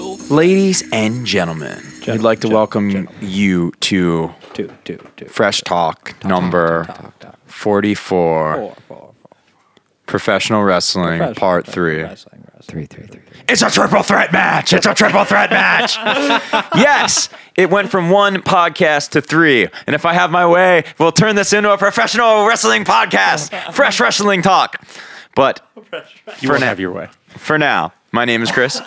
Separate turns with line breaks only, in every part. Ladies and gentlemen, we'd like to
gen-
welcome
gentlemen.
you to
Two, two, two.
Fresh Talk number
talk, talk, talk.
44,
Four, four, four.
Professional Wrestling
Fresh,
Part
fresh,
3.
wrestling,
Three,
wrestling.
three, three.
It's a triple threat match. It's a triple threat match. yes, it went from one podcast to three. And if I have my way, we'll turn this into a professional wrestling podcast. Fresh wrestling talk. But
You
won't
won't
have
have your way.
for now, my name is Chris.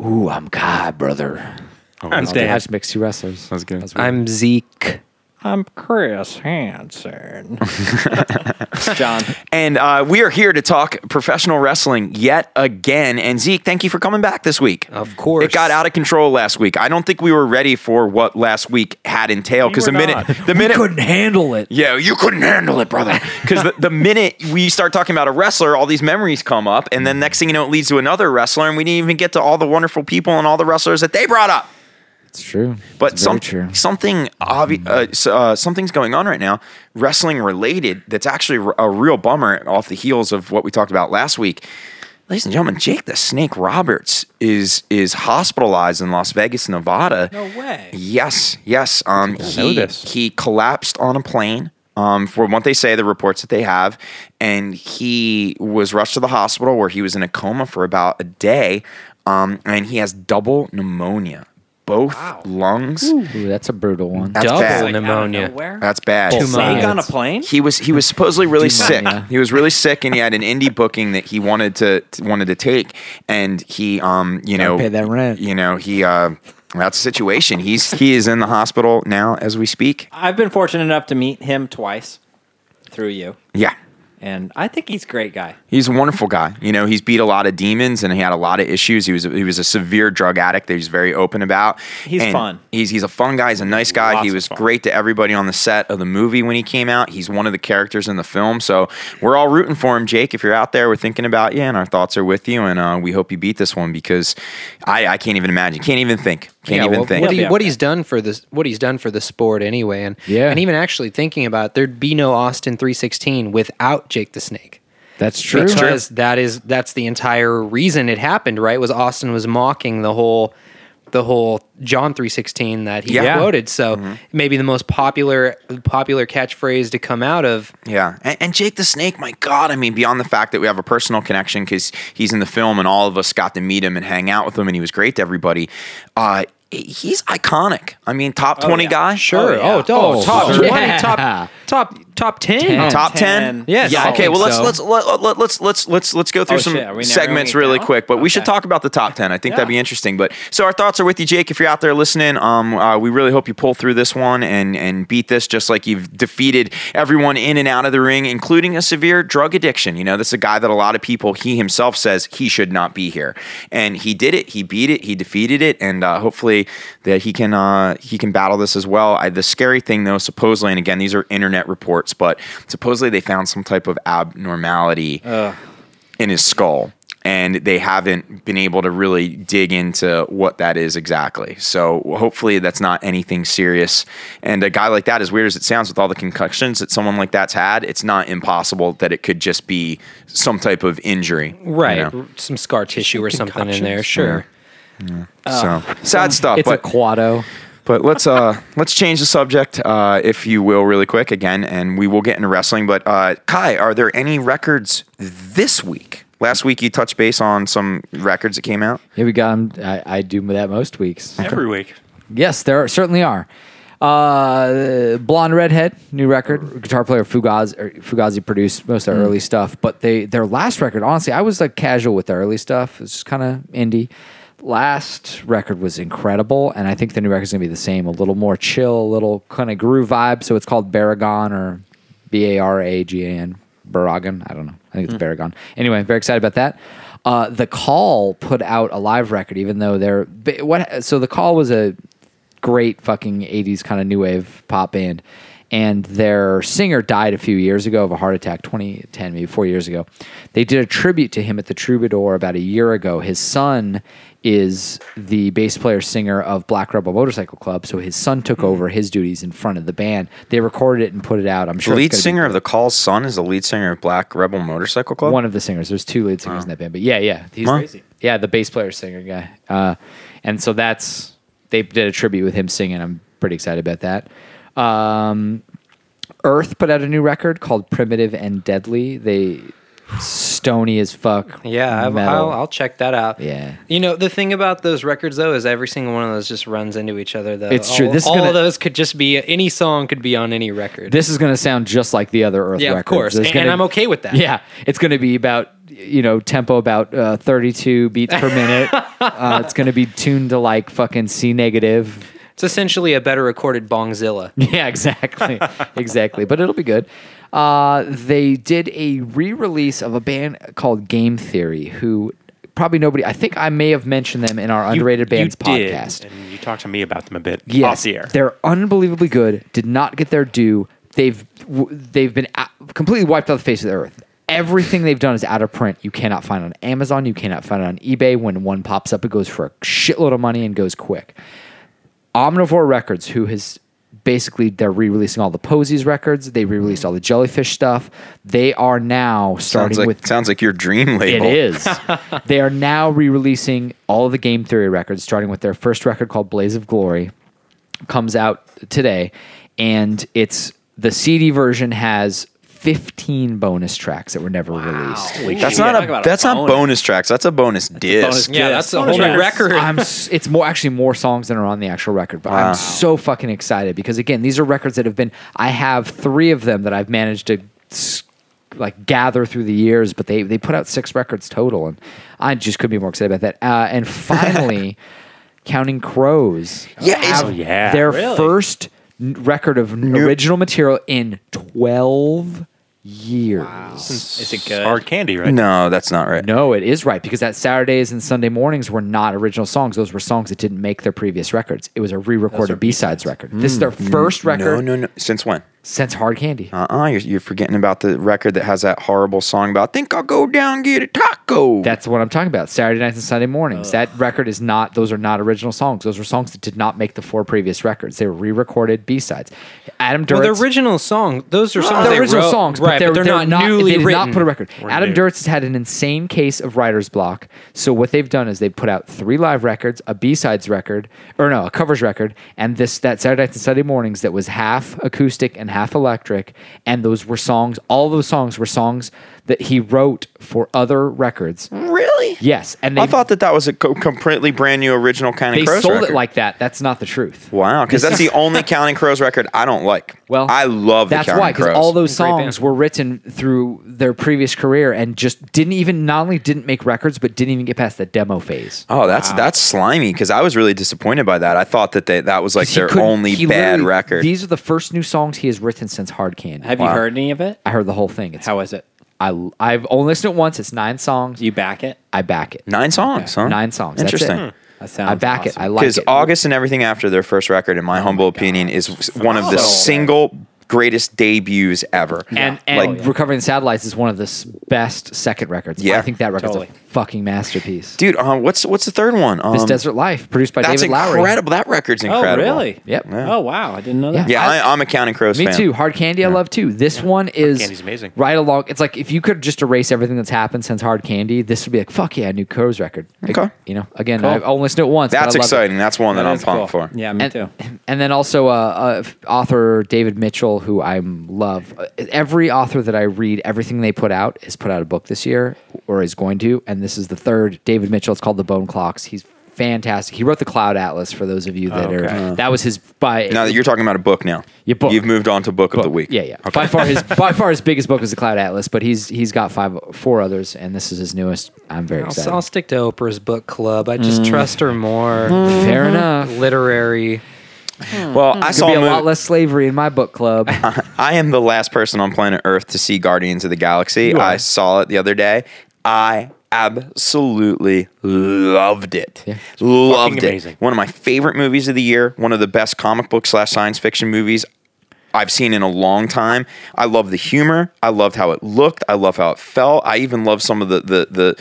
Ooh, I'm God, brother.
I'm Dan.
That's mixed two wrestlers.
That's good.
That's weird.
I'm Zeke.
I'm Chris Hansen. It's John.
And uh, we are here to talk professional wrestling yet again. And Zeke, thank you for coming back this week.
Of course.
It got out of control last week. I don't think we were ready for what last week had entailed because the
We were
minute
not.
the minute
handle it.
Yeah, you couldn't handle it, brother. Because the, the minute we start talking about a wrestler, all these memories come up, and then next thing you know, it leads to another wrestler, and we didn't even get to all the wonderful people and all the wrestlers that they brought up.
It's true.
But
it's
some,
very true. Mm-hmm.
something obvi- uh, s- uh, something's going on right now, wrestling related. That's actually r- a real bummer off the heels of what we talked about last week. Ladies and gentlemen, Jake the Snake Roberts is is hospitalized in Las Vegas, Nevada.
No way.
Yes, yes. Um,
know
he
this.
he collapsed on a plane. Um, for what they say, the reports that they have, and he was rushed to the hospital where he was in a coma for about a day. Um, and he has double pneumonia, both lungs.
Ooh, that's a brutal one.
That's
Double
bad.
pneumonia.
That's bad.
Two
Snake
months.
on a plane?
He was he was supposedly really sick.
Pneumonia.
He was really sick, and he had an indie booking that he wanted to t- wanted to take, and he um you know
pay that rent.
You know he uh that's the situation. He's he is in the hospital now as we speak.
I've been fortunate enough to meet him twice through you,
Yeah.
and I think he's a great guy.
He's a wonderful guy. You know, he's beat a lot of demons and he had a lot of issues. He was he was a severe drug addict that he's very open about.
He's
And
fun.
He's he's a fun guy. He's a nice guy.
Lots
he
of
was
fun.
great to everybody on the set of the movie when he came out. He's one of the characters in the film. So we're all rooting for him, Jake. If you're out there, we're thinking about you, and our thoughts are with you. And uh, we hope you beat this one because I, I can't even imagine. Can't even think. Can't
Yeah,
even
well,
think.
What,
Yeah,
he,
yeah.
what he's done for this, what he's done for the sport anyway, and
Yeah.
and even actually thinking about it, there'd be no Austin three sixteen without Jake the Snake.
That's true.
Because that is that's the entire reason it happened, right? Was Austin was mocking the whole the whole John 316 that he
Yeah. Mm-hmm.
quoted. So maybe the most popular popular catchphrase to come out of
Yeah, and, and Jake the Snake, my God, I mean, beyond the fact that we have a personal connection because he's in the film and all of us got to meet him and hang out with him, and he was great to everybody. Uh, he's iconic. I mean, top twenty
Oh, yeah.
guy,
Sure.
yeah.
Oh, oh,
Oh,
top
sure.
20,
Yeah.
top top top 10.
Ten.
top ten.
10. Yes,
Yeah.
I
Okay.
think
Well, let's
so.
let's let, let, let's let's let's let's go through
Oh,
some
shit, are we narrowing
segments
it
really
down?
quick, but we should
Okay.
talk about the top ten. I think that'd
Yeah.
be interesting. But so our thoughts are with you, Jake. If you're out there listening, um, uh, we really hope you pull through this one and and beat this just like you've defeated everyone in and out of the ring, including a severe drug addiction. You know, this is a guy that a lot of people he himself says he should not be here, and he did it. He beat it. He defeated it, and uh, hopefully that he can uh, he can battle this as well. I, the scary thing though, supposedly, and again, these are internet reports, but supposedly they found some type of abnormality in his skull. And they haven't been able to really dig into what that is exactly. So hopefully that's not anything serious. And a guy like that, as weird as it sounds, with all the concussions that someone like that's had, it's not impossible that it could just be some type of injury. you
Right.
know?
Some scar tissue or something in there. Sure.
so sad stuff.
Uh, It's a
but
quado.
but let's uh let's change the subject, uh, if you will, really quick again, and we will get into wrestling. But uh, Kai, are there any records this week? Last week you touched base on some records that came out.
Yeah, we got him. I, I do that most weeks.
Every week.
Yes, there are, certainly are. Uh, Blonde Redhead, new record. Guitar player Fugazi, or Fugazi produced most of
Mm.
their early stuff, but they their last record. Honestly, I was like casual with their early stuff. It's just kind of indie. Last record was incredible, and I think the new record's gonna be the same. A little more chill, a little kind of groove vibe. So it's called Baragon or B A R A G A N. Baragon. I don't know. I think it's Baragon. Anyway, very excited about that. Uh, the Call put out a live record, even though they're ba- what. So the Call was a great fucking 80s kind of new wave pop band and their singer died a few years ago of a heart attack, 2010, maybe four years ago. They did a tribute to him at the Troubadour about a year ago. His son is the bass player singer of Black Rebel Motorcycle Club, so his son took over his duties in front of the band. They recorded it and put it out. I'm
The
sure it's
lead
gonna be
singer of the Call's Son is the lead singer of Black Rebel Motorcycle Club.
one of the singers. There's two lead singers in that band, but yeah, yeah, he's
Wow. Crazy.
Yeah, the bass player singer guy, uh, and so that's they did a tribute with him singing. I'm pretty excited about that. Um, Earth put out a new record called "Primitive and Deadly." They stony as fuck.
Yeah, I've,
metal.
I'll, I'll check that out.
Yeah.
You know, the thing about those records, though, is every single one of those just runs into each other, though.
It's
all,
true. This is
all
gonna-
of those could just be any song could be on any record.
this is going to sound just like the other Earth
yeah,
records.
of course.
There's
And,
gonna-
and I'm okay with that.
Yeah, it's going to be about you know tempo about uh, 32 beats per minute. uh, it's going to be tuned to like fucking C negative.
It's essentially a better recorded Bongzilla.
Yeah, exactly, exactly. But it'll be good. Uh, they did a re-release of a band called Game Theory, who probably nobody. I think I may have mentioned them in our underrated bands
did,
podcast.
and you talked to me about them a bit
Yes,
off the air.
they're unbelievably good. Did not get their due. They've w- they've been out, completely wiped off the face of the earth. Everything they've done is out of print. You cannot find it on Amazon. You cannot find it on eBay. When one pops up, it goes for a shitload of money and goes quick. Omnivore Records, who has basically they're re-releasing all the Posies records. They re-released all the Jellyfish stuff. They are now starting
sounds like
with
sounds like your dream
it
label.
is. they are now re-releasing all the Game Theory records, starting with their first record called Blaze of Glory. Comes out today, and it's the CD version has 15 bonus tracks that were never released.
That's
Ooh,
not
talk
a
about
that's not
bonus.
bonus tracks. That's a bonus disc.
Yeah, that's a
Oh,
whole new
yeah.
record.
I'm s- it's more actually more songs than are on the actual record, but I'm so fucking excited because again, these are records that have been I have 3 of them that I've managed to s- like gather through the years, but they they put out 6 records total and I just couldn't be more excited about that. Uh, and finally, Counting Crows.
Yeah, it's-
have
yeah.
Their
Really?
first n- record of original material in 12 years.
Is it good?
Hard candy, right?
No, that's not right.
No, it is right because that Saturdays and Sunday mornings were not original songs. Those were songs that didn't make their previous records. It was a re-recorded B-sides record. This is their first record
No, no, no. Since when?
since Hard Candy.
Uh uh-uh, uh, you you're forgetting about the record that has that horrible song about think I'll go down and get a taco.
That's what I'm talking about. Saturday nights and Sunday mornings. That record is not. Those are not original songs. Those were songs that did not make the four previous records. They were re-recorded B-sides. Adam Duritz.
well, the original song, those are songs
the
they
Ah, original
wrote,
songs,
right,
but they're, they're
not
not.
newly
they did
written.
not put a record. Adam
new.
Duritz has had an insane case of writer's block. So what they've done is they put out three live records, a B sides record, or no, a covers record, and this that Saturday nights and Sunday mornings that was half acoustic and half electric, and those were songs. All those songs were songs that he wrote for other records.
really?
Yes, and they
I thought that that was a co- completely brand new original Counting
they
Crows
sold
record.
it like that. That's not the truth.
wow, because that's the only Counting Crows record I don't like.
Well,
I love the
that's
Counting
why
Crows.
all those
Great band.
songs were written through their previous career and just didn't even not only didn't make records but didn't even get past the demo phase.
Oh, that's that's slimy because I was really disappointed by that. I thought that they, that was like
'Cause he
their
couldn't-
only
he
bad
literally-
record.
These are the first new songs he has written since Hard Candy.
Have you heard any of it?
I heard the whole thing. It's
How is it?
I I've only listened to it once. It's nine songs.
Do you back it?
I back it.
Nine songs, huh?
Nine songs. That's it.
Interesting.
That sounds
I back it.
awesome.
I like
because
it. Oh
August and everything after their first record, in my humble opinion, is one of the
Phenomenal.
single greatest debuts ever.
and and
like,
Oh, recovering satellites is one of the s- best second records.
Yeah.
I think that record's
Totally.
a fucking masterpiece.
dude, um, what's what's the third one? Um,
this Desert Life, produced by
That's
David Lowry.
incredible. That record's
Oh,
incredible.
really?
Yep. Yeah.
Oh, wow. I didn't know that.
Yeah,
I-
I, I, am a Counting Crows
Me
fan.
too. Hard Candy, I love too. This one is
Candy's amazing.
Right along, it's like if you could just erase everything that's happened since Hard Candy, this would be like fuck yeah, a new Crows record. Like,
Okay.
you know, again, I've only listened to it once. but
That's
I love it.
exciting. That's one that, I'm
is
pumped
cool.
for.
Yeah, me
and,
too.
And then also uh, uh, f- author David Mitchell, who I love. Uh, Every author that I read, everything they put out has put out a book this year or is going to. And this is the third David Mitchell. It's called The Bone Clocks. He's fantastic. He wrote The Cloud Atlas for those of you that are. That was his by.
Oh, Now that you're talking about a book now,
Your book.
you've moved on to book, of the
book.
week.
Yeah, yeah. By far his by far his biggest book is the Cloud Atlas, but he's he's got five four others, and this is his newest. I'm very excited.
I'll, I'll stick to Oprah's book club. I just
Mm.
trust her more.
Fair
Mm-hmm.
enough.
Literary.
Well, I saw
Hmm. Be
a
a
movie.
lot less slavery in my book club.
I am the last person on planet Earth to see Guardians of the Galaxy. I saw it the other day. I absolutely loved it. Loved
Fucking
it.
amazing.
One of my favorite movies of the year. One of the best comic book slash science fiction movies I've seen in a long time. I love the humor. I loved how it looked. I love how it felt. I even love some of the the the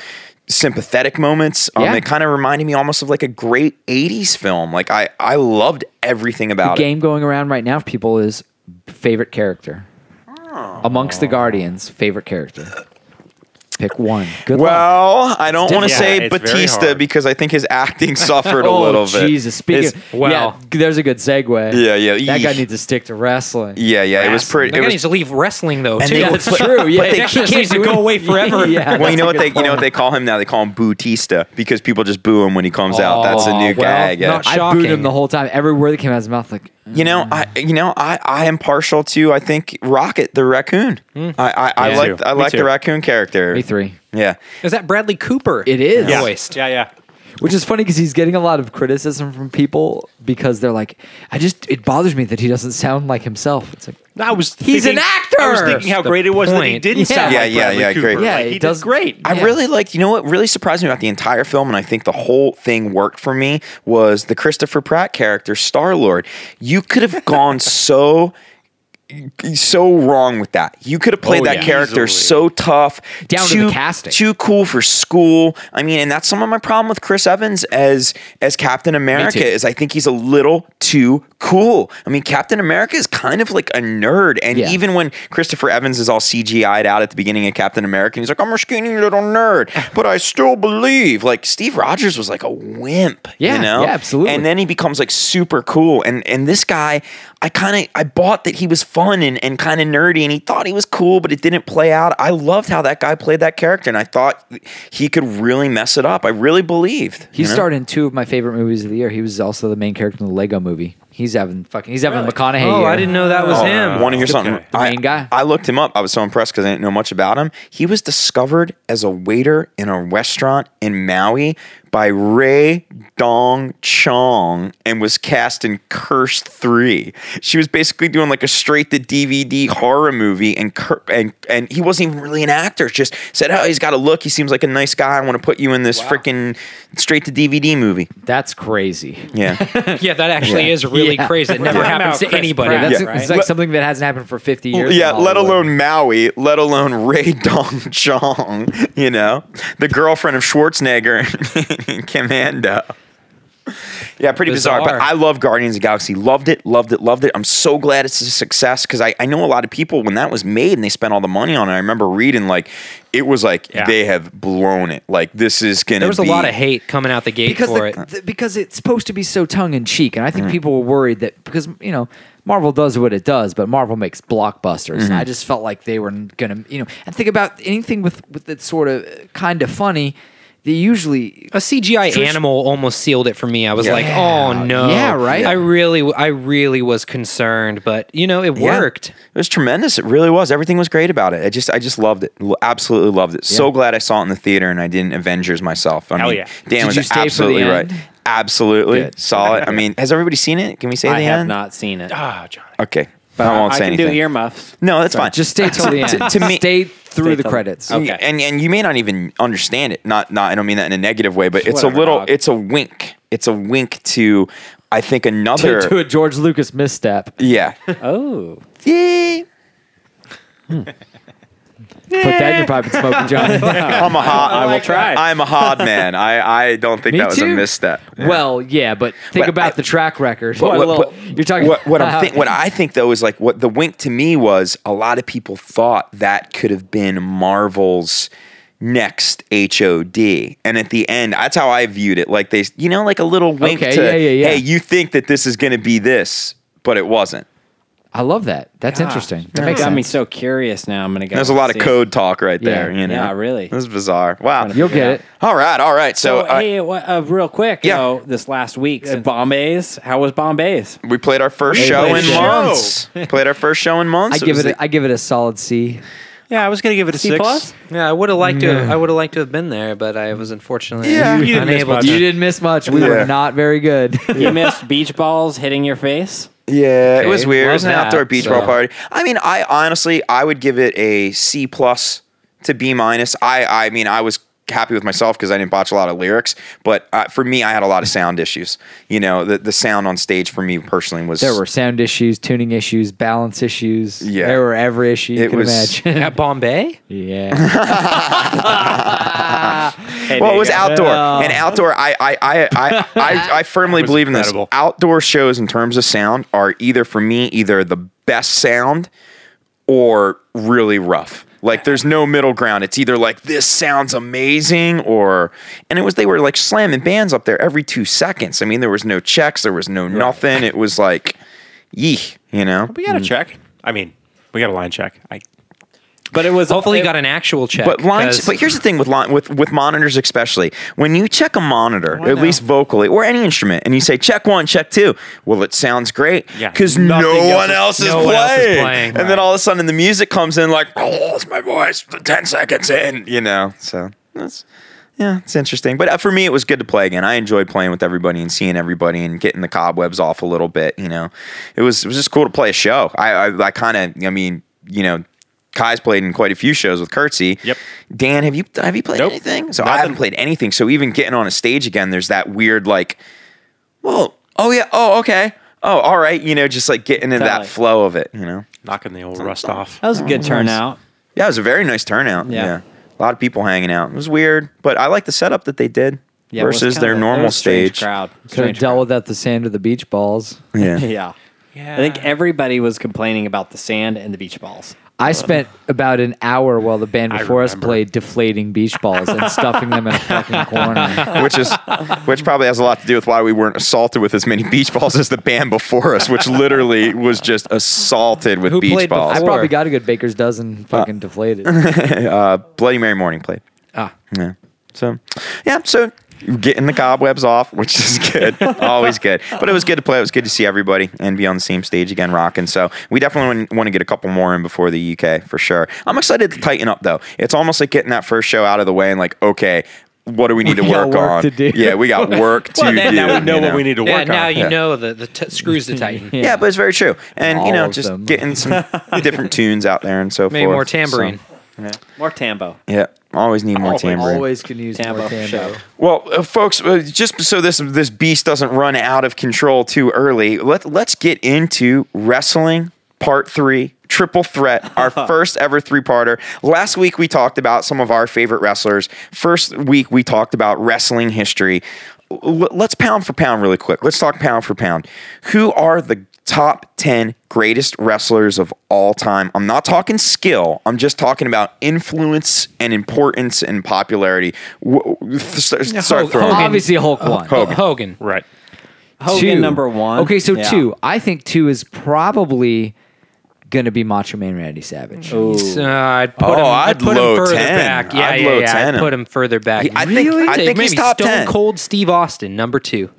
sympathetic moments. Um,
Yeah.
It kind of reminded me almost of like a great '80s film. Like I I loved everything
The
about it.
game going around right now for people is favorite character
Oh.
amongst the Guardians. Favorite character. Pick one. Good luck.
Well, I don't want to
Yeah,
say
it's very
Batista
hard.
because I think his acting suffered a
oh,
little bit.
Jesus. Speaking.
His-
of-
Wow.
yeah, there's a good segue.
Yeah, yeah.
That guy
Eesh.
needs to stick to wrestling.
yeah, yeah, it was
They're
pretty. It
gonna
was
need to leave wrestling though.
And
too.
they-
Yeah,
But-
that's true. Yeah,
but they Dexter can't needs to do go it. away forever.
yeah,
well, you know what
that's a
they
good
you know what
point.
they call him now? They call him Bootista because people just boo him when he comes out. That's a
Aw,
new
well,
gag. Yeah.
not sh-
I booed him
Shocking.
the whole time. Every word that came out of his mouth, like
you know, I you know I, I am partial to I think Rocket the raccoon. I I, I
Yeah.
like
Too.
I
Me
like the
too.
raccoon character.
me three,
Yeah,
Is that Bradley Cooper?
It is.
Yeah.
Voiced.
Yeah, yeah.
which is funny because he's getting a lot of criticism from people because they're like, I just it bothers me that he doesn't sound like himself. It's like
I was.
He's
thinking-
an
I was
actor!
thinking how
That's the
great it was that he
point.
didn't
Yeah.
sound
Yeah,
like
yeah,
Bradley
yeah,
Cooper.
great.
Like,
Yeah, it
he did
does-
great.
I
Yeah.
really liked. You know what really surprised me about the entire film, and I think the whole thing worked for me was the Christopher Pratt character, Star Lord. You could have gone so. So wrong with that. You could have played
Oh,
that
yeah.
character
Easily.
so tough,
Down to
too,
the casting.
too cool for school. I mean, and that's some of my problem with Chris Evans as as Captain America is I think he's a little too cool. I mean, Captain America is kind of like a nerd, and
Yeah.
even even when Christopher Evans is all CGI'd out at the beginning of Captain America, and he's like, I'm a skinny little nerd, but I still believe. Like Steve Rogers was like a wimp.
Yeah,
you know?
yeah, absolutely.
And then he becomes like super cool. And and this guy, I kind of I bought that he was fun and, and kind of nerdy and he thought he was cool, but it didn't play out. I loved how that guy played that character, and I thought he could really mess it up. I really believed.
he
you know?
starred in two of my favorite movies of the year. He was also the main character in the Lego Movie. He's having fucking he's having McConaughey.
Oh,
year.
I didn't know that was him.
Want to hear
Okay.
something?
The
I,
main guy.
I looked him up. I was so impressed because I didn't know much about him. He was discovered as a waiter in a restaurant in Maui by Ray Dong Chong and was cast in Curse 3. She was basically doing like a straight to DVD horror movie and Cur- and and he wasn't even really an actor. Just said, "Oh, he's got a look. He seems like a nice guy. I want to put you in this freaking straight to DVD movie."
That's crazy.
Yeah.
Yeah, that actually is really
Yeah.
crazy. It never
Talking
happens
about
to
Chris
anybody.
Yeah, that's
Yeah.
it's like
Let-
something that hasn't happened for 50 years. in
Yeah, let
Hollywood.
alone Maui, let alone Ray Dong Chong, you know, the girlfriend of Schwarzenegger in Commando. Yeah, pretty bizarre.
Bizarre.
But I love Guardians of the Galaxy. Loved it, loved it, loved it. I'm so glad it's a success because I, I know a lot of people when that was made and they spent all the money on it. I remember reading like it was like
Yeah.
they have blown it. Like this is gonna
There was a
be-
lot of hate coming out the gate
because
for
the,
it.
the- because it's supposed to be so tongue in cheek, and I
Mm-hmm.
think people were worried that because you know Marvel does what it does, but Marvel makes blockbusters, and I
Mm-hmm.
just felt like they were gonna you know and think about anything with with that sort of kind of funny. They usually
A CGI
Trish-
animal almost sealed it for me. I was
Yeah.
like, "Oh no!"
Yeah, right?
I really, I really was concerned, but you know, it
Yeah.
worked.
It was tremendous. It really was. Everything was great about it. I just, I just loved it. L- Absolutely loved it. So glad I saw it in the theater and I didn't Avengers myself. I
Hell
mean,
yeah.
Dan
Did
was
you stay for the
absolutely right.
end?
Absolutely
Good.
saw it. I mean, has everybody seen it? Can we say
I
the
have
end?
not seen it.
Ah, Johnny.
Okay,
But
I won't
I
say
can
anything.
do earmuffs.
no, that's fine.
just stay till the end.
to me-
stay through the
till-
credits.
Okay.
and and you may not even understand it. Not not I don't mean that in a negative way, but it's a
Whatever,
little.
dog.
It's a wink. It's a wink to, I think another.
To a George Lucas misstep.
yeah.
Oh,
yeah.
Put that in your pipe and smoke it, John.
I'm a hard.
I will try.
I'm a hard man. I, I don't think
Me
that was
too.
a misstep. Yeah.
Well, yeah, but think
But
about
I-
the track record.
But
What
what-
little-
but
you're talking
what, what I'm think, what I think though is like what the wink to me was a lot of people thought that could have been Marvel's next HOD and at the end that's how I viewed it like they you know like a little wink
Okay,
to
yeah, yeah, yeah.
hey you think that this is going to be this but it wasn't
I love that. That's interesting. That
that
makes
got
sense.
me so curious now. I'm gonna go.
there's a lot
see
of
it.
code talk right
Yeah.
there you know
Yeah, really.
it was bizarre wow
You'll get it.
all right all right so,
So,
uh,
hey, what, uh, real quick, you
Yeah.
know, this last week, uh, Bombay's. How was Bombay's?
we played our first show
played
in
a show.
months played our first show in months
I give
was
it.
the-
A, I give it a solid C.
Yeah, I was gonna give it a
C
six.
plus?
Yeah, I would have liked to. I would have liked to have been there, but I was unfortunately
Yeah. You
didn't miss
unable.
much.
to.
You didn't miss much. We
Yeah.
were not very good.
You missed beach balls hitting your face.
Yeah, it
Okay,
was weird. It
love
was an
that,
outdoor beach ball
so-
party. I mean, I honestly, I would give it a C plus to B minus. I, I mean, I was happy with myself because I didn't botch a lot of lyrics. But uh, for me, I had a lot of sound issues. You know, the, the sound on stage for me personally was
There were sound issues, tuning issues, balance issues.
Yeah.
There were every issue you
It
could
was-
imagine.
At Bombay?
yeah.
well, it was outdoor and outdoor. I I I I, I, I firmly
was
believe in this.
incredible.
Outdoor shows in terms of sound are either for me either the best sound or really rough. Like there's no middle ground. It's either like this sounds amazing or and it was they were like slamming bands up there every two seconds. I mean there was no checks, there was no nothing. It was like, yee, you know.
We got a check. I mean, we got a line check. I
But it was
Hopefully,
it-
you got an actual check.
But lines,
'cause-
but here's the thing with line, with with monitors especially. When you check a monitor, at least vocally or any instrument, and you say check one, check two, well, it sounds great
Yeah.
because no
Nothing else
one
is-
else is
no
playing.
one else is playing,
and then all of a sudden, the music comes in like, oh, it's my voice. Ten seconds in, you know. So that's. Yeah, it's interesting. But uh, for me, it was good to play again. I enjoyed playing with everybody and seeing everybody and getting the cobwebs off a little bit. You know, it was it was just cool to play a show. I I, I kind of I mean you know, Kai's played in quite a few shows with Curtsy.
Yep.
Dan, have you have you played anything? So I
Nothing.
haven't played anything. So even getting on a stage again, there's that weird like, well, oh yeah, oh okay, oh all right, you know, just like getting into that
Totally.
flow of it. You know,
knocking the old rust off.
that was a good turnout.
yeah, it was a very nice turnout. Yeah.
Yeah.
A lot of people hanging out. It was weird, but I like the setup that they did
Yeah, it was
versus their
kinda- it
normal
was a strange
stage.
crowd.
Could have
Strange
dealt
crowd.
with that the sand or the beach balls.
Yeah.
Yeah.
Yeah.
I think everybody was complaining about the sand and the beach balls.
I spent about an hour while the band
I
before us
remember.
played deflating beach balls and stuffing them in a fucking corner.
which is which probably has a lot to do with why we weren't assaulted with as many beach balls as the band before us, which literally was just assaulted with
Who
beach
played before?
balls.
I
Or-
probably got a good baker's dozen fucking deflated.
Uh, Bloody Mary morning played.
Ah.
Yeah. So yeah, so getting the cobwebs off, which is good. Always good. But it was good to play. It was good to see everybody and be on the same stage again rocking. So we definitely want to get a couple more in before the UK for sure. I'm excited to tighten up though. It's almost like getting that first show out of the way and like, okay, what do we need
We
to
got
work,
work
on?
to do.
Yeah, we got work to
Well, then,
do.
now we know,
you
what we need to work
yeah,
on.
now you
Yeah.
know the, the t- screws to tighten.
Yeah, but it's very true. And you
All
know,
of
just
them.
getting some different tunes out there and so
Maybe
forth.
more
So,
tambourine.
More tambo.
yeah, always need more
Always.
tambourine.
Always can use
Tambo
more
for
tambo.
show.
Well, uh, folks, uh, just so this this beast doesn't run out of control too early, let let's get into wrestling part three. Triple threat, our first ever three parter. Last week we talked about some of our favorite wrestlers. First week we talked about wrestling history. L- let's pound for pound really quick. Let's talk pound for pound. Who are the top 10 greatest wrestlers of all time? I'm not talking skill, I'm just talking about influence and importance and popularity. W- w- st- start
Hogan-
throwing. Uh,
Hogan.
Obviously, Hulk won.
Hogan.
Hogan.
Right.
Hogan
Two.
number one.
Okay, so
Yeah.
two. I think two is probably going to be Macho Man Randy Savage.
Uh, I'd put
Oh,
him,
I'd
put
low
him further
10.
back. Yeah,
I'd
yeah,
low
yeah.
10 him.
I'd put him further back.
I think- I think
maybe
he's top
Stone
10.
Cold Steve Austin, number two.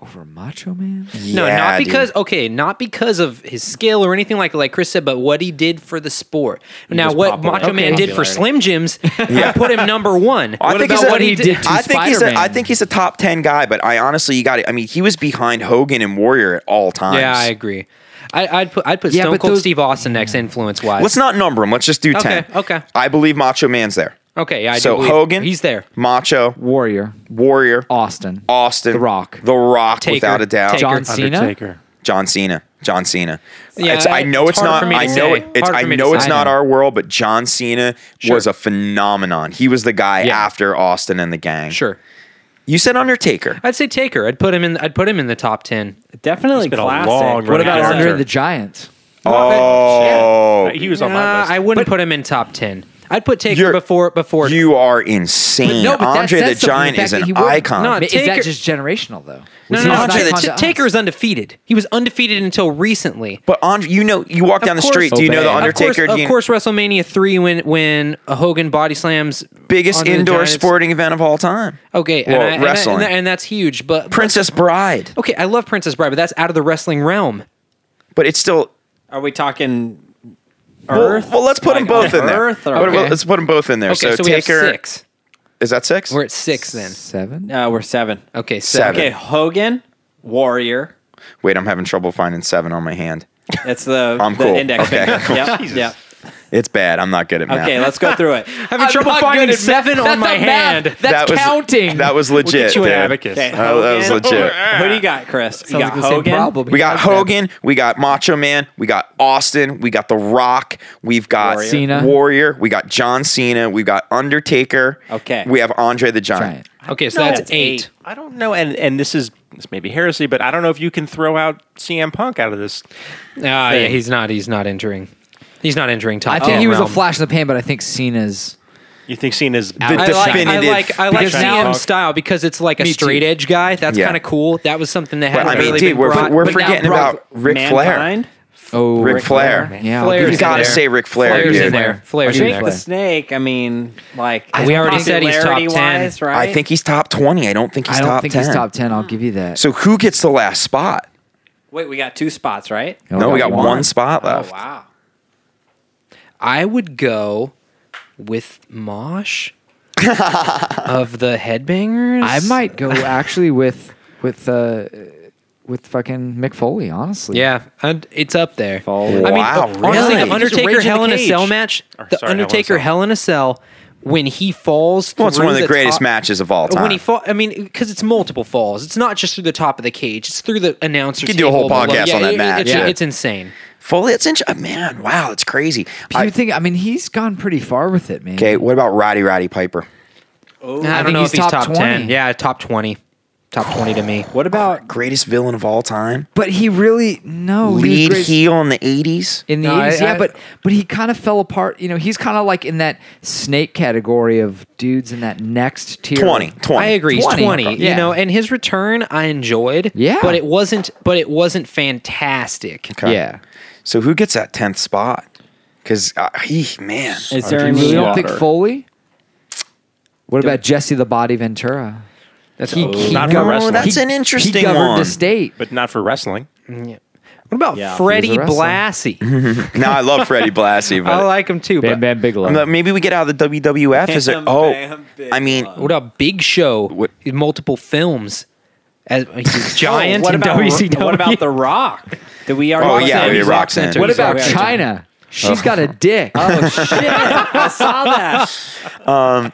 Over Macho Man?
No,
Yeah,
not
dude.
because okay, not because of his skill or anything like like Chris said, but what he did for the sport. now,
was
what
popular.
Macho Man
Okay.
did for Slim Jims, I put him number one.
I
what
think
about
he's a-
what he did?
to
I think he's a, I
Spider-Man.
think he's a top ten guy, but I honestly you got it. I mean, he was behind Hogan and Warrior at all times.
Yeah, I agree. I, I'd put I'd put
Yeah,
Stone
but
Cold
those-
Steve Austin next, influence wise.
Let's not number them. Let's just do
Okay,
ten.
okay.
I believe Macho Man's there.
okay, yeah, I do
so
believe-
Hogan,
he's there.
Macho,
Warrior.
Warrior,
Austin.
Austin,
The Rock.
The Rock,
Taker.
without a doubt.
Taker.
John Cena?
Undertaker.
John Cena. John Cena.
Yeah,
it's, I know it's,
it's hard
not.
for me to
I know
say.
it. It's,
Hard
I
for me to
know it's
say.
not our world, but John Cena
Sure.
was a phenomenon. He was the guy
Yeah.
after Austin and the gang.
Sure,
You said Undertaker.
I'd say Taker. I'd put him in. I'd put him in the top ten.
Definitely
It's been a
classic.
long
What
road.
about
Yeah.
Andre
Sure.
the Giant?
Uh,
Oh,
He was on
Nah,
my list.
I wouldn't put him in top ten. I'd put Taker
You're-
before before.
You are insane. Andre the Giant is an icon.
No,
Is that
Taker-
just generational, though? Was
no, no,
he
no,
an
Andre
no,
the
icon
T-
to us?
Taker is undefeated. He was undefeated until recently.
but Andre, you know, you walk down the
Of course-
street. Do you know the
Obey.
Undertaker?
Of course,
Do you-
of course WrestleMania three when when Hogan body slams
biggest
onto the
indoor
Giants. Oh,
sporting event of all time.
Okay,
Well,
and, I- and I- and
wrestling.
that- and that's huge. But
Princess Bride,
okay, I love Princess Bride, but that's out of the wrestling realm.
but it's still.
Are we talking
Well,
Earth?
well, let's put them
Like,
both
on
in there.
Earth or-
But- well,
Okay.
Let's put them both in there.
Okay, so, we
Taker
have six.
is that six?
We're at six then.
Seven?
Uh, we're seven.
Okay,
Seven.
seven.
Okay, Hogan, Warrior.
Wait, I'm having trouble finding seven on my hand.
That's the,
I'm
the
cool.
index
Okay.
finger. Yep. yep.
It's bad. I'm not good at math.
Okay, let's go through it.
Having trouble finding seven on my hand.
That's
was,
counting.
That was legit.
Get you an
dude.
abacus.
Okay,
That was
Hogan.
legit.
Who do you got, Chris? You
Sounds
got
like the same
Hogan.
problem.
We got
Yeah.
Hogan. We got Macho Man. We got Austin. We got The Rock. We've got
Warrior.
Cena.
Warrior. We got John Cena. We've got Undertaker.
Okay.
We have Andre the Giant.
Giant.
Okay, so that's eight.
I don't know, and and this is this may be heresy, but I don't know if you can throw out CM Punk out of this.
Ah, yeah, he's not. He's not entering. He's not entering top.
I think
Oh,
10
he was a
realm.
flash in the pan, but I think Cena's.
You think Cena's
The
I like, I
definitive-
like I like
Because now-
CM style because it's like a
Me too.
straight edge guy. That's
Yeah.
kind of cool. That was something that had
But I mean,
really
dude,
been
we're,
brought.
we're
but now
forgetting
brought-
about Ric Flair.
Mankind?
Oh,
Ric Flair.
Yeah,
Flair's
I'll
You
give
gotta
in there.
say Ric Flair,
Flair's
dude.
in there. Flair's in
Jake
there.
Jake the Snake. I mean, like
We already said he's top
popularity-wise, Right?
I think he's top twenty. I don't think he's
I don't
top
think
ten.
he's top ten. I'll give you that.
So who gets the last spot?
Wait, we got two spots, right?
No,
no, we got one,
one.
spot
Oh
left.
wow.
I would go with Mosh of the Headbangers.
I might go actually with with uh with fucking Mick Foley. Honestly,
Yeah, and it's up there.
Foley.
I mean,
Wow,
honestly,
really?
the Undertaker
Rage in the
Hell in a
Cage.
Cell match,
Or,
the
sorry, Hell in a
Undertaker
Cell.
Hell in a Cell, when he falls,
Well, it's
through
one of the greatest
top-
matches of all time.
When he fall, I mean, because it's multiple falls. It's not just through the top of the cage. It's through the announcer.
could do a whole
table below.
podcast
Yeah,
on that
it-
match,
It's,
yeah.
it's insane.
Foley, it's inch. oh, man, wow, it's crazy.
Do you
I-
think? I mean, he's gone pretty far with it, man.
okay, what about Roddy Roddy Piper?
I,
I
don't
think
know
he's
if he's
top
top 10.
20.
Yeah, top 20. Top 20 to me.
What about
Greatest villain of all time.
But he really no he was
Lead
great
heel in the '80s.
in the
No, I-
80s. yeah,
I-
but but he kind of fell apart. You know, he's kind of like in that snake category of dudes in that next tier.
20, 20.
I agree. He's
20,
20.
yeah.
You know, and his return I enjoyed.
Yeah.
But it wasn't but it wasn't fantastic.
Okay.
Yeah.
So who gets that tenth spot? Because uh, he man,
is there
You
any?
don't think Foley? What about Jesse the Body Ventura?
That's
He- he
Not for
governed-
wrestling.
that's
he-
an interesting
he governed
one.
the state.
but not for wrestling.
What about
Yeah.
Freddie
He's a wrestler.
Blassie?
now I love Freddie Blassie,
I
but
like him too. But
Bam Bigelow.
Um, maybe we get out of the WWF. Is there?
Bam,
Oh,
bam, big
I mean,
love.
what about Big Show? Multiple films. As he's giant
Oh, what
in
about
WCW.
What about The Rock? Did we
Oh,
already?
yeah,
say
yeah,
he's
Rock's in.
center?
what
He's
about
already-
China? She's got a dick. Oh shit!
I saw that.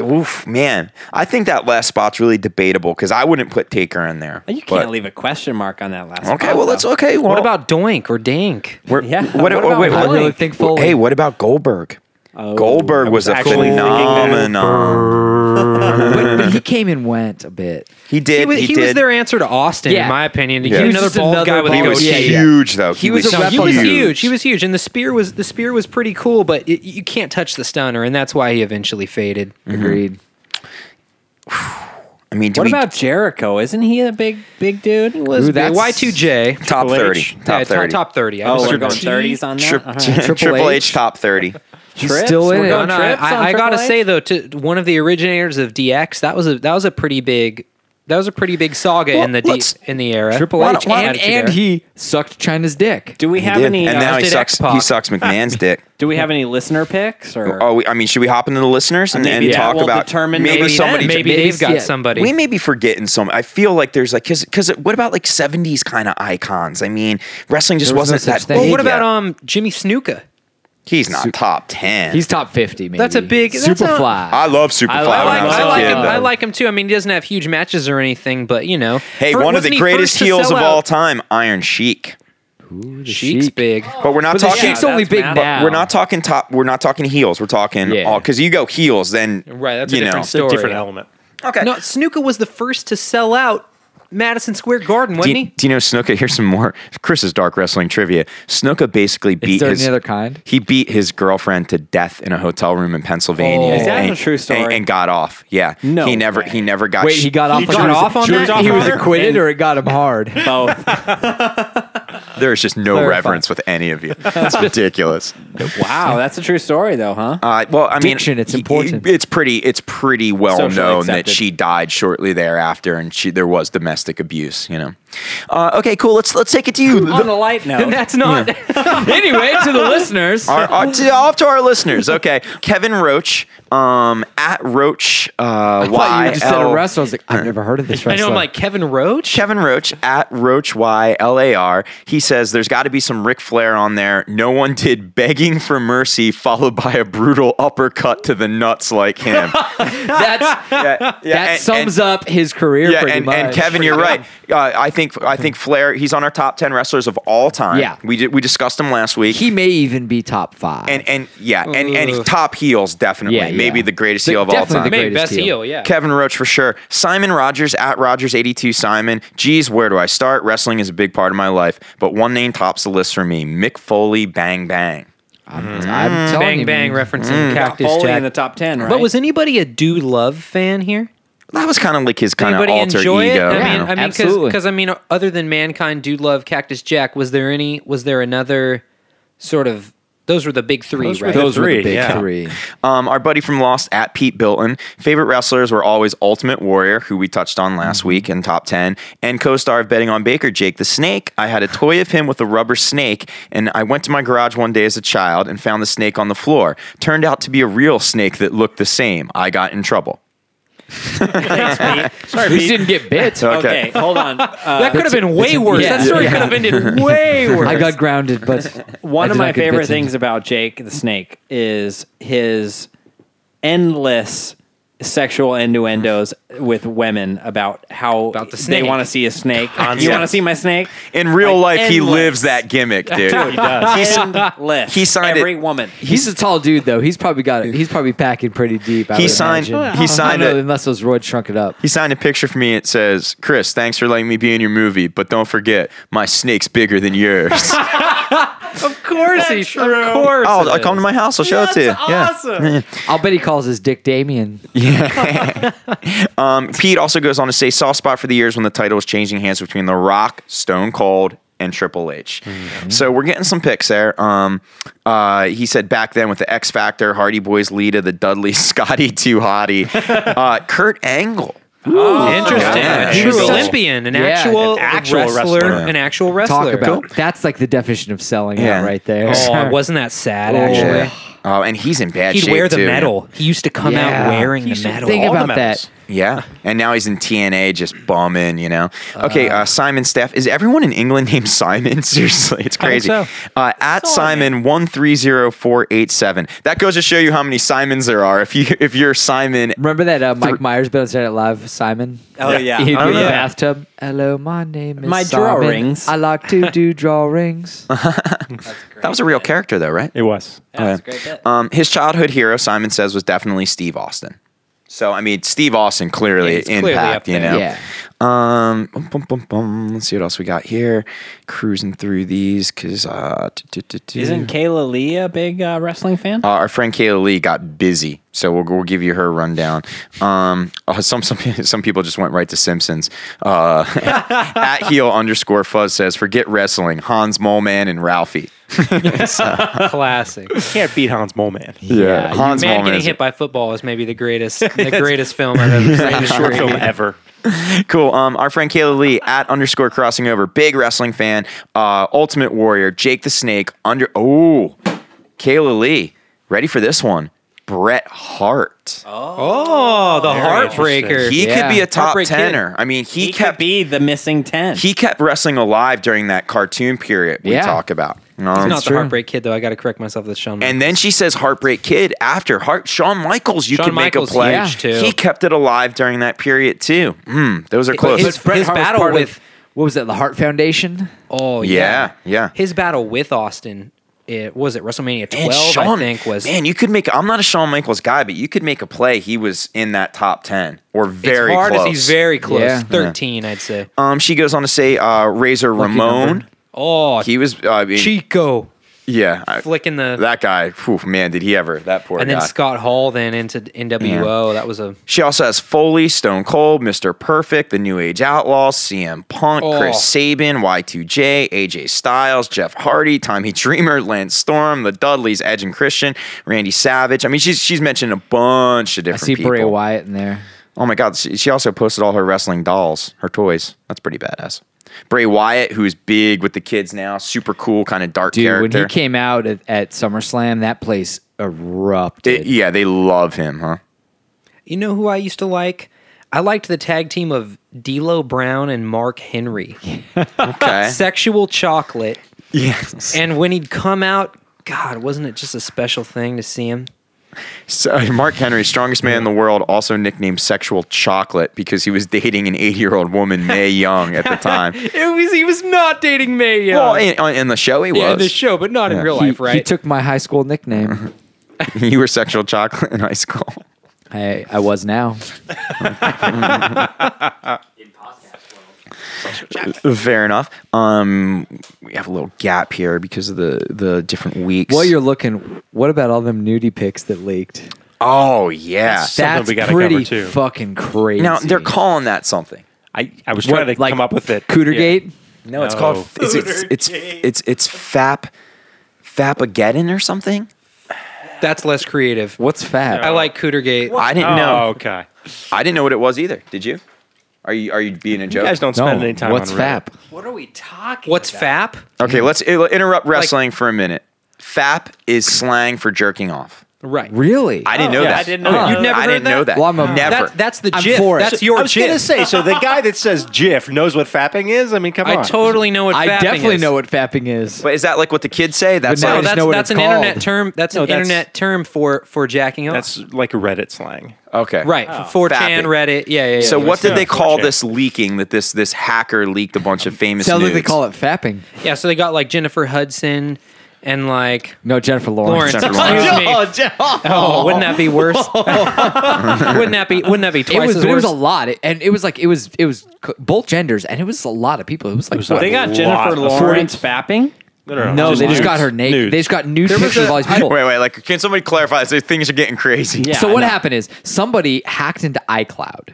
oof, man, I think that last spot's really debatable because I wouldn't put Taker in there.
Oh, You
but-
can't leave a question mark on that last.
Okay,
spot,
well, let's
though.
okay. Well,
What about Doink or Dank?
We're,
Yeah,
What,
what
oh,
about
wait,
Foley?
what-
I really
think Foley.
Hey, what about Goldberg? Goldberg was,
was
a
actually thinking that.
phenomenon.
but, but he came and went a bit.
He did.
He
He,
was, he
did.
was their answer to Austin,
Yeah.
in my opinion. He
Yeah.
was
He was
another
just
bald
another
guy with a
He
bald
was
goatee.
guy. Yeah, yeah.
huge though.
He was a
No, Oh, he
Replica.
was huge. He was huge, and the spear was the spear was pretty cool, but it, you can't touch the stunner, and that's why he eventually faded.
Agreed.
I mean, do
What
we
about Jericho? Isn't he a big, big dude? He was
Ooh,
big.
that's-
Y two J
top
Triple
thirty?
H?
Top thirty.
top thirty. I
Oh,
was
we're
triple
going
G.
thirties on that.
Tri-
All right.
Triple,
Triple
H. top thirty.
He's
Trips?
still in
We're
it.
going
No, no,
trips on
I, I gotta
Triple H?
say though, to one of the originators of DX, that was a that was a pretty big that was a pretty big saga in the D,
let's-
in the era.
Triple
Why
H
don't- why
and,
don't you
and
dare?
he sucked China's dick.
Do we
He
have
did.
any?
and now
uh,
he
did
sucks. He
X-Pac.
sucks McMahon's dick.
do we have any listener picks? Or
Oh, we, I mean, should we hop into the listeners and,
Maybe
and
that
talk
will
about
determine
maybe,
maybe
somebody?
then.
maybe
maybe
they've got
yeah.
somebody.
We may be forgetting some. I feel like there's like because because what about like '70s kind of icons? I mean, wrestling just
There was no
wasn't
such
that.
thing.
Big
well, what about
yet.
um Jimmy Snuka?
He's not top ten.
He's top fifty. Maybe
That's a big- that's
Superfly.
I love Superfly
I,
when
like,
I was
I,
a
like
kid.
him,
though.
I like him too. I mean, he doesn't have huge matches or anything, but you know,
Hey,
For-
one of
wasn't
the
he
greatest
first to
heels
sell
of all
out?
time, Iron Sheik.
Sheik's
Sheik.
big.
But we're not
But the
talking.
Sheik's only
that's
big
mad. But
now.
We're not talking top. We're not talking heels. We're talking
Yeah.
all because you go heels, then
Right, that's a
you know.
different
It's a
story.
different element.
Okay.
No, Snuka was the first to sell out Madison Square Garden,
do,
wasn't
you,
he?
do you know Snuka? Here's some more Chris's dark wrestling trivia. Snuka basically beat
there
his
any other kind?
He beat his girlfriend to death in a hotel room in Pennsylvania.
Oh. Is
that
and,
a true
and- And,
story?
got off. Yeah.
No
He never.
way.
He never got.
Wait,
sh-
he got off.
He
like
got
was-
off on
he was-
that?
He was
Off on
acquitted, or it got him hard.
both?
There's just no
Clarify.
reverence with any of you. It's ridiculous.
wow, that's a true story though, huh?
Uh, well, I mean,
Diction, it's
he-
important.
it's pretty. It's pretty well
Socially
known that
accepted.
she died shortly thereafter, and she there was domestic abuse. You know. Uh, okay, cool. Let's let's take it to you.
On the light note,
That's not.
anyway, to the listeners,
our, our, to, off to our listeners. Okay, Kevin Roach, um, at Roach.
I
Uh,
thought you just said a
YL
wrestler. I was like, I've never heard of this
I
wrestler.
know. I'm like Kevin Roach.
Kevin Roach at Roach Y L A R. He says there's got to be some Ric Flair on there. No one did begging for mercy, followed by a brutal uppercut to the nuts like him.
that's
Yeah, yeah,
that
and-
sums
and-
up his career
Yeah,
pretty
and,
much.
and Kevin, you're right. Uh, I think I think Flair. He's on our top ten wrestlers of all time.
Yeah.
we di- we discussed him last week.
he may even be top five.
and and yeah, and and
Ugh.
top heels definitely.
Yeah, yeah.
Maybe the greatest
The-
heel of all
definitely the
time.
greatest
Maybe best
heel.
heel. Yeah.
Kevin Roach for sure. Simon Rogers at Rogers eighty two. Simon, geez, where do I start? Wrestling is a big part of my life, but one name tops the list for me: Mick Foley. Bang bang.
I'm, I'm telling
bang
you,
bang
man.
referencing Cactus
Foley
Jack.
in the top ten, right?
But was anybody a Do Love fan here?
That was kind of like his
Did
kind of
anybody
alter
enjoy
ego.
it?
you
I mean,
know?
I mean,
Absolutely.
because I mean, other than mankind, do love Cactus Jack. Was there any? Was there another sort of? Those were the big three,
Those were
right?
the
Those were the
Three,
big
yeah.
three.
Um, our buddy from Lost at Pete Bilton. Favorite wrestlers were always Ultimate Warrior, who we touched on last week in top 10, and co star of Betting on Baker, Jake the Snake. I had a toy of him with a rubber snake, and I went to my garage one day as a child and found the snake on the floor. Turned out to be a real snake that looked the same. I got in trouble.
Sorry,
At least didn't get bit.
Okay.
okay, hold on. Uh,
that could have been way worse.
yeah.
That story
Yeah.
could have ended way worse.
I got grounded, but
One
I
of
did
my
not get
favorite
bitten.
things about Jake the Snake is his endless sexual innuendos with women about how
About the
they
snake.
want to see a snake. you want to see my snake?
In real
Like,
life, he
endless.
lives that gimmick, dude.
he does.
He's-
endless.
he signed it-
every woman.
He's a tall dude though. He's probably got it. He's probably packing pretty deep. I
He
would
signed-
imagine.
he signed
I don't
it.
know, unless those roids shrunk it up.
He signed a picture for me. It says, Chris, thanks for letting me be in your movie, but don't forget, my snake's bigger than yours.
of course, he, of course.
Oh,
it
I'll come to
is.
my house. I'll show it to you. Yeah.
I'll bet he calls his dick Damien.
Um, Pete also goes on to say soft spot for the years when the title was changing hands between The Rock, Stone Cold, and Triple H.
Mm-hmm.
So we're getting some picks there. Um, uh, he said back then with the X Factor, Hardy Boys, Lita, the Dudley, Scotty, Too Hottie, uh, Kurt Angle.
Interesting.
Yeah.
a true
Angle.
Olympian, an
Yeah,
actual,
an actual
wrestler,
wrestler.
an actual
Talk
wrestler.
about that's like the definition of selling
Yeah.
out right there.
Oh, wasn't that sad?
Oh.
Actually,
Yeah. Oh, and he's in bad
he'd
shape
wear the
too.
medal. He used to come
Yeah.
out wearing the
He used to
medal.
Think
All the
about
medals.
that.
Yeah, and now he's in TNA, just bombing, you know. Okay, uh, Simon Staff. Is everyone in England named Simon? Seriously, it's crazy.
so.
Uh, at Simon one three zero four eight seven. That goes to show you how many Simons there are. If you if you're Simon,
Remember that uh, Mike Myers bit on Saturday Night Live, Simon?
Oh, yeah.
He'd be
Oh,
in the
yeah.
bathtub. Hello, my name is
My
Simon.
drawings."
I like to do drawings.
that was a real character though, right?
It was.
That's a great bit.
Um, his childhood hero, Simon says, was definitely Steve Austin. So I mean, Steve Austin clearly
Yeah, he's clearly
impact,
up there.
you know.
Yeah.
Um, bum, bum, bum, bum. Let's see what else we got here. Cruising through these because uh, t- t- t- t-
Isn't Kayla Lee a big uh, wrestling fan?
Uh, our friend Kayla Lee got busy, so we'll, we'll give you her rundown. Um, uh, some some some people just went right to Simpsons. Uh, at heel underscore fuzz says, forget wrestling, Hans Moleman and Ralphie.
Classic.
Can't beat Hans Mole Man.
Yeah,
Hans
Man
Moleman.
getting
is-
hit by football is maybe the greatest, the greatest film I've ever seen.
Short film ever.
Cool. Um, our friend Kayla Lee at underscore crossing over, big wrestling fan, uh, Ultimate Warrior, Jake the Snake under. Oh, Kayla Lee, ready for this one? Bret Hart.
Oh, the heartbreaker.
he
yeah.
could be a top
Heartbreak Kid.
tenner. I mean, he,
He could
kept
be the missing ten.
he kept wrestling alive during that cartoon period we
Yeah.
talk about.
He's
Um,
not the
true.
heartbreak kid though. I got to correct myself. That's Shawn.
And then she says Heartbreak Kid after Heart Shawn Michaels, you
Shawn
can make
Michaels,
a play.
huge, too.
He kept it alive during that period too. Mm, those are close.
his-
Bret Hart was
battle
part of-
with-
what was that? The Heart Foundation.
oh
yeah,
yeah.
yeah.
His battle with Austin, it was it WrestleMania
Man,
12. I think was
man, you could make. I'm not a Shawn Michaels guy, but you could make a play. He was in that top ten or very
it's hard
close.
as he's very close.
Yeah.
13, I'd say.
um, she goes on to say uh, Razor Ramon.
number.
Oh,
He was. Uh, I mean,
Chico
yeah, I-
flicking the
that guy. Whew, man, did he ever? That poor
and
guy.
then Scott Hall then into NWO. That was a
She also has Foley, Stone Cold, Mr. Perfect, The New Age Outlaws, CM Punk,
Oh.
Chris Sabin, Y2J, AJ Styles, Jeff Hardy, Tommy Dreamer, Lance Storm, The Dudleys, Edge and Christian, Randy Savage. I mean, she's she's mentioned a bunch
I
of different
see
people.
Bray Wyatt in there.
Oh my God, she, she also posted all her wrestling dolls, her toys. That's pretty badass. Bray Wyatt, who's big with the kids now, super cool, kind of dark
Dude,
character.
when he came out at, at SummerSlam, that place erupted.
It- yeah, they love him, huh?
You know who I used to like? I liked the tag team of D'Lo Brown and Mark Henry.
Okay.
Sexual chocolate.
yes.
And when he'd come out, God, wasn't it just a special thing to see him?
So, Mark Henry, strongest man in the world, also nicknamed Sexual Chocolate because he was dating an 80 year old woman, Mae Young, at the time.
It was he was not dating May Young.
Well, in, on- in the show, he was.
yeah, in the show, but not in real
he,
life, right?
he took my high school nickname.
you were Sexual Chocolate in high school.
I, I was now.
Fair enough. Um, we have a little gap here because of the, the different weeks.
While you're looking, what about all them nudie pics that leaked?
oh, yeah.
Something
That's
we gotta cover,
pretty
too.
fucking crazy.
Now, they're calling that something.
I, I was
What,
trying to
like
come up with it.
Cootergate.
No, it's
No.
called it's it's it's it's, it's Fap Fapageddon or something.
That's less creative.
What's fat?
I like Cootergate.
I didn't
Oh,
know.
okay.
I didn't know what it was either. Did you? Are you are you being a
You
joke?
guys don't
No,
spend any time
what's
on
fap?
What are we talking?
What's FAP?
okay, let's i- interrupt wrestling for a minute. Fap is slang for jerking off.
Right.
Really?
I didn't know
Oh, yeah,
that.
I didn't
Uh-huh.
know that.
I
You've
never heard
didn't know
that?
that.
Well, I'm a-
never.
That, that's the
I'm
GIF.
for it.
That's your
I was
GIF.
gonna say, so the guy that says GIF knows what fapping is. I mean, come on.
I totally know what
I
fapping
definitely
is.
know what fapping is.
but is that like what the kids say? That's
now
like,
No,
I just
that's,
know what
that's
it's
an internet
called.
term. That's
No,
an
that's-
internet term for for jacking off.
That's like Reddit slang.
okay.
right. 4chan,
Fapping.
Reddit. Yeah, yeah. yeah
So what
Oh. Yeah,
did they call
4chan.
this leaking that this this hacker leaked a bunch of famous
Sounds like they
nudes?
call it fapping.
Yeah, so they got like Jennifer Hudson and like
No, Jennifer Lawrence.
Lawrence.
Oh, Jennifer
Excuse
Lawrence.
me. Oh, wouldn't that be worse? wouldn't that be? Wouldn't that be
It
twice
was,
as
there was
worse?
a lot, It- and it was like it was it was c- both genders, and it was a lot of people. It was like what?
They got
Lot
Jennifer
of-
Lawrence fapping.
no,
no, they just
nudes.
got her naked.
Nudes.
They just got nude
There was
pictures of
a-
all these people.
Wait, wait. Like, can somebody clarify? So things are getting crazy.
Yeah.
so what
no.
happened is somebody hacked into iCloud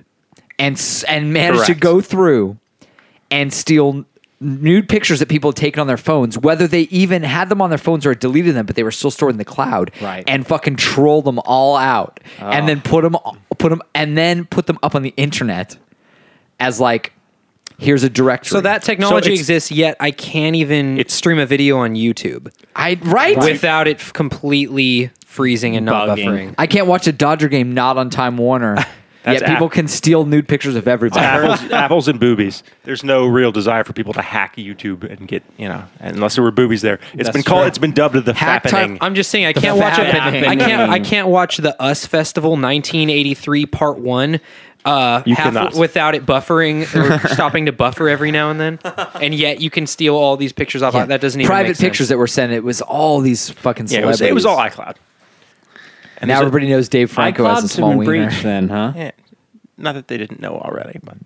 and s- and managed to
Correct.
go through and steal nude pictures that people had taken on their phones, whether they even had them on their phones or deleted them, but they were still stored in the cloud.
Right.
And fucking troll them all out, and then put them put them and then put them up on the internet as like here's a directory.
so that technology
it's-
exists, yet I can't even stream a video on YouTube
I right.
without it f- completely freezing and not
Bugging.
buffering.
I can't watch a Dodger game not on Time Warner. Yet
That's
people
app-
can steal nude pictures of everybody.
apples, apples and boobies. There's no real desire for people to hack YouTube and get you know, unless there were boobies there. It's been called.
true.
It's been dubbed the
Hack
fapping.
I'm just saying I can't watch it.
happening.
I can't. I can't watch the Us Festival 1983 Part One. Uh,
You
half-
cannot.
without it buffering or stopping to buffer every now and then, and yet you can steal all these pictures off.
Yeah.
That doesn't even
private
make sense.
pictures that were sent. It was all these fucking
yeah, it
celebrities.
was, it was all iCloud.
And now everybody knows Dave Franco has a
iCloud's
small
been
wiener.
breached then, huh?
Yeah, not that they didn't know already, but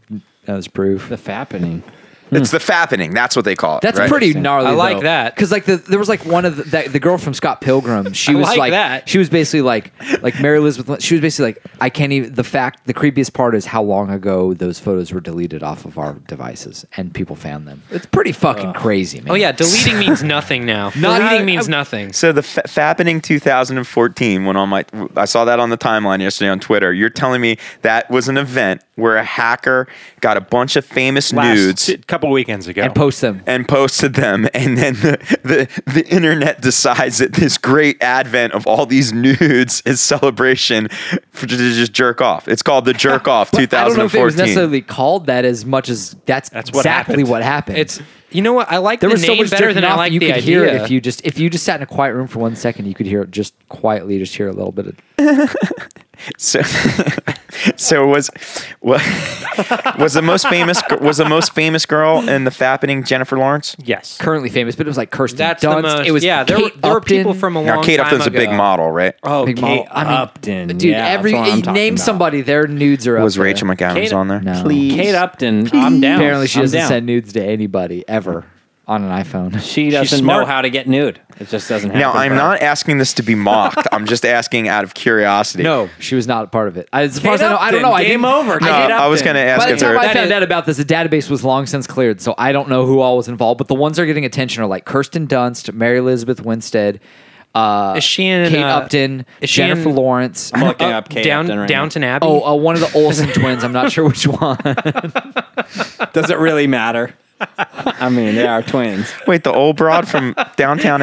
That was proof.
The fapping.
It's the fappening. That's what they call it.
That's
right?
pretty gnarly.
I like that.
because like the there was like one of the, that, the girl from Scott Pilgrim. She
I
was
like
like
that.
she was basically like like Mary Elizabeth. Lin- She was basically like I can't even. The fact the creepiest part is how long ago those photos were deleted off of our devices and people found them. It's pretty fucking crazy, man.
Oh yeah, deleting means nothing now.
Not-
deleting means nothing.
So the fa- Fappening 2014 went on my. I saw that on the timeline yesterday on Twitter. You're telling me that was an event where a hacker got a bunch of famous nudes
a couple weekends ago.
and post them.
and posted them, and then the, the the internet decides that this great advent of all these nudes is celebration for to just jerk off. It's called the jerk off
I don't know if it was
2014.
necessarily called that as much as that's,
That's what
exactly
happened.
what happened.
It's you know what I like
there
the
was so
name
much
better
jerking
than I
off,
like
you
the
could
idea.
hear it if you just if you just sat in a quiet room for one second you could hear it just quietly just hear a little bit of
So, so was wa- was the most famous was the most famous girl in the Fappening Jennifer Lawrence?
yes,
currently famous but it was like Kirsten
That's
Dunst
the most.
it was
yeah. There, were-
Kate
there were people
Upton.
from a long
Now Kate
time
Upton's a
ago.
big model, right?
Oh,
Big model. I mean,
Upton.
dude
yeah, that's
every e,
what I'm talking
name
about.
somebody their nudes are up
was
there.
Rachel McAdams
Kate-
on there?
No.
Kate Upton. I'm down.
apparently she
I'm
doesn't
down.
send nudes to anybody ever on an iPhone
She doesn't know
smart.
how to get nude. It just doesn't happen.
Now I'm
for her.
not asking this to be mocked. I'm just asking out of curiosity.
no she was not a part of it as far as
Kate
I know I don't
Upton,
know I
game
didn't-
over,
I
Kate
Uh,
didn't-
I was
Upton.
going to ask
By the
if
time
there.
I found
is-
out about this, the database was long since cleared, so I don't know who all was involved. But the ones that are getting attention are like Kirsten Dunst, Mary Elizabeth Winstead, uh,
Is she in,
Kate
uh,
Upton,
is she
Jennifer
in-
Lawrence.
I'm looking
Uh,
up Kate
down,
Upton right
Downton Abbey.
Oh, uh, one of the Olsen twins. I'm not sure which one.
now. Does it really matter? I mean, they are twins.
Wait, the old broad from Downtown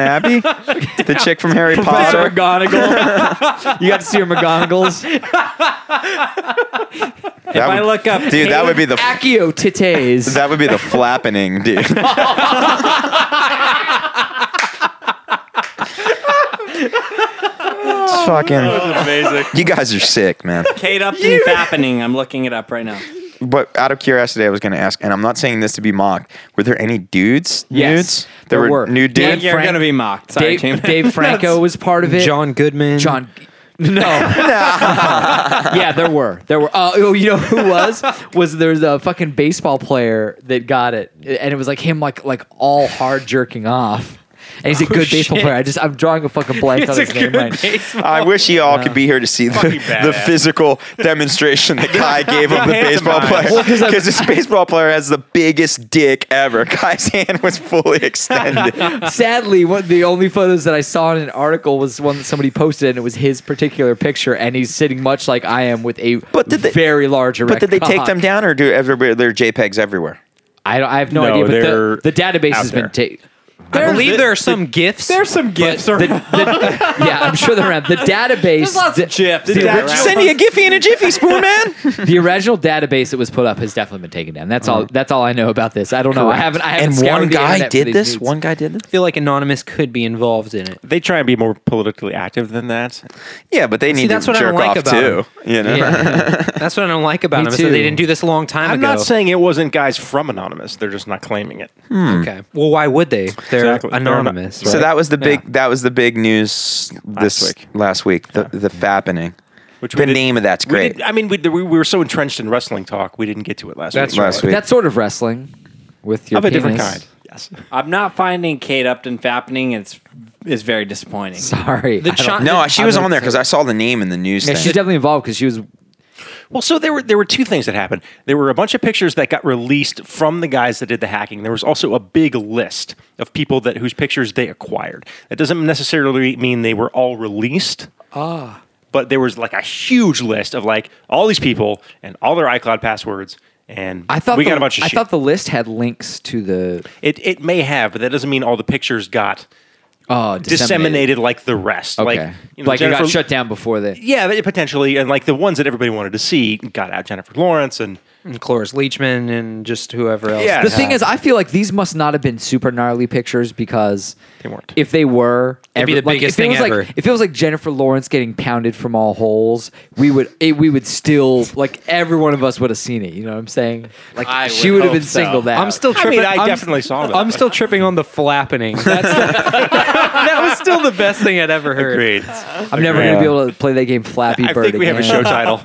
Abbey, the chick from Harry
Professor
Potter.
McGonagall. you got to see her McGonagall's.
If I
look up
dude, that would be the
Accio titties.
that would be the flappening, dude. It's fucking.
amazing.
You guys are sick, man.
Kate Upton happening. I'm looking it up right now.
But out of curiosity, I was going to ask, and I'm not saying this to be mocked. Were there any dudes?
Yes,
nudes?
there
were,
were.
nude
Yeah,
dudes.
You're
Frank-
gonna be mocked. Sorry,
Dave,
James.
Dave Franco was part of it.
John Goodman.
John. No. yeah, there were. There were. Uh, oh, you know who was? Was there was a fucking baseball player that got it, and it was like him, like like all hard jerking off. And he's a good baseball player. I just I'm drawing a fucking blank on his
It's Oh, a
name
good
right.
baseball.
I wish you all could be here to see the, the
badass.
physical demonstration that Kai gave of the baseball player. Because this baseball player has the biggest dick ever. Kai's hand was fully extended.
Sadly, one the only photos that I saw in an article was one that somebody posted, and it was his particular picture, and he's sitting much like I am with a
But did they-
very large.
but
erect
did they take
cock.
them down, or do everybody? There are JPEGs everywhere.
I don't. I have no,
No,
idea.
they're
But the, the database
out
has been
there.
taken.
I believe there are some gifts.
There's some gifts.
The, the- yeah, I'm sure they're around. The database, the,
chips.
the
Yeah,
orig-
right.
Send you a Giphy and a Jiffy Spoon, man.
the original database that was put up has definitely been taken down. That's
Mm-hmm.
all. That's all I know about this. I don't know. I haven't. I haven't.
and
scoured
one
the
guy
internet for
did
these
this.
nudes.
One guy did this.
I feel like Anonymous could be involved in it.
They try and be more politically active than that.
Yeah, but they need
that's
to
what I
jerk
don't like
off
about
too. You know.
Yeah.
That's what I don't like about
Me
them. is that
too.
they didn't do this a long time
I'm
ago.
not saying it wasn't guys from Anonymous. They're just not claiming it.
Hmm.
Okay. Well, why would they? They're
Exactly. They're not-
anonymous.
So
right?
that was the big
Yeah.
that was the big news this last
Last
week.
week.
the the fappening.
Which we
the
did-
name of that's
we
great.
did- I mean, we, we were so entrenched in wrestling talk, we didn't get to it last
That's
week.
last
But
week.
that's sort of wrestling with your
Of a different
penis.
kind. Yes.
I'm not finding Kate Upton fappening. It's is very disappointing.
Sorry.
The
I don't-
chi-
no, she was
I'm
on there because I saw the name in the news.
yeah,
thing.
she's definitely involved because she was.
Well, so there were there were two things that happened. There were a bunch of pictures that got released from the guys that did the hacking. There was also a big list of people that whose pictures they acquired. That doesn't necessarily mean they were all released. Ah. But there was like a huge list of like all these people and all their iCloud passwords and
I thought
we
the,
got a bunch of
I
shit.
thought the list had links to the
it it may have, but that doesn't mean all the pictures got
oh disseminated.
disseminated like the rest.
Okay.
Like, you know,
like it
Jennifer-
got shut down before they.
Yeah, but potentially, and like the ones that everybody wanted to see got out. Jennifer Lawrence and
And Cloris Leachman and just whoever else.
Yeah.
The thing is, I feel like these must not have been super gnarly pictures because
They weren't.
If they were,
It'd be the
like, if
biggest
it
thing
was
ever.
Like, if it was like Jennifer Lawrence getting pounded from all holes, we would it, we would still like every one of us would have seen it. You know what I'm saying? Like
I
she
would
would have
hope
been
so.
singled out.
I'm still
I mean,
tripping.
I
I'm-
definitely saw that.
I'm still tripping on the flappening. That's the- that was still the best thing I'd ever heard.
I'm never
Yeah.
gonna be able to play that game Flappy
I
Bird.
think we have
again.
a show title.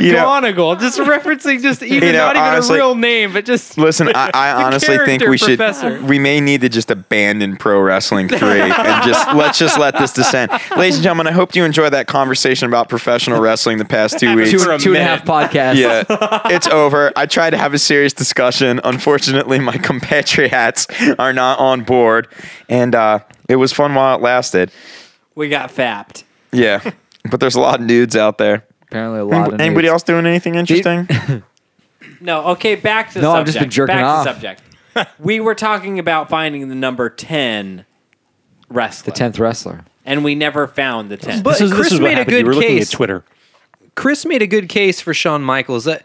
You know-
McGonagall, just referencing just even
You know,
not even
honestly-
a real name, but just
Listen, I, I honestly think
character
we should.
professor.
We may need to just abandon pro wrestling three and just let's just let this descend, ladies and gentlemen. I hope you enjoyed that conversation about professional wrestling the past two weeks.
Two,
For a
two and a half podcasts.
Yeah, it's over. I tried to have a serious discussion. Unfortunately, my compatriots are not on board, and uh, it was fun while it lasted.
We got fapped.
Yeah, but there's a lot of nudes out there.
Apparently, a lot. of
Anybody
nudes.
else doing anything interesting?
No, okay, back to the
No, I've
subject.
just been jerking
back
off.
to the subject. we were talking about finding the number 10 wrestler.
The tenth wrestler.
And we never found the 10.
But-
this is,
Chris
this is what
made a
happened. You
good
were looking at
case.
Twitter.
Chris made a good case for Shawn Michaels. That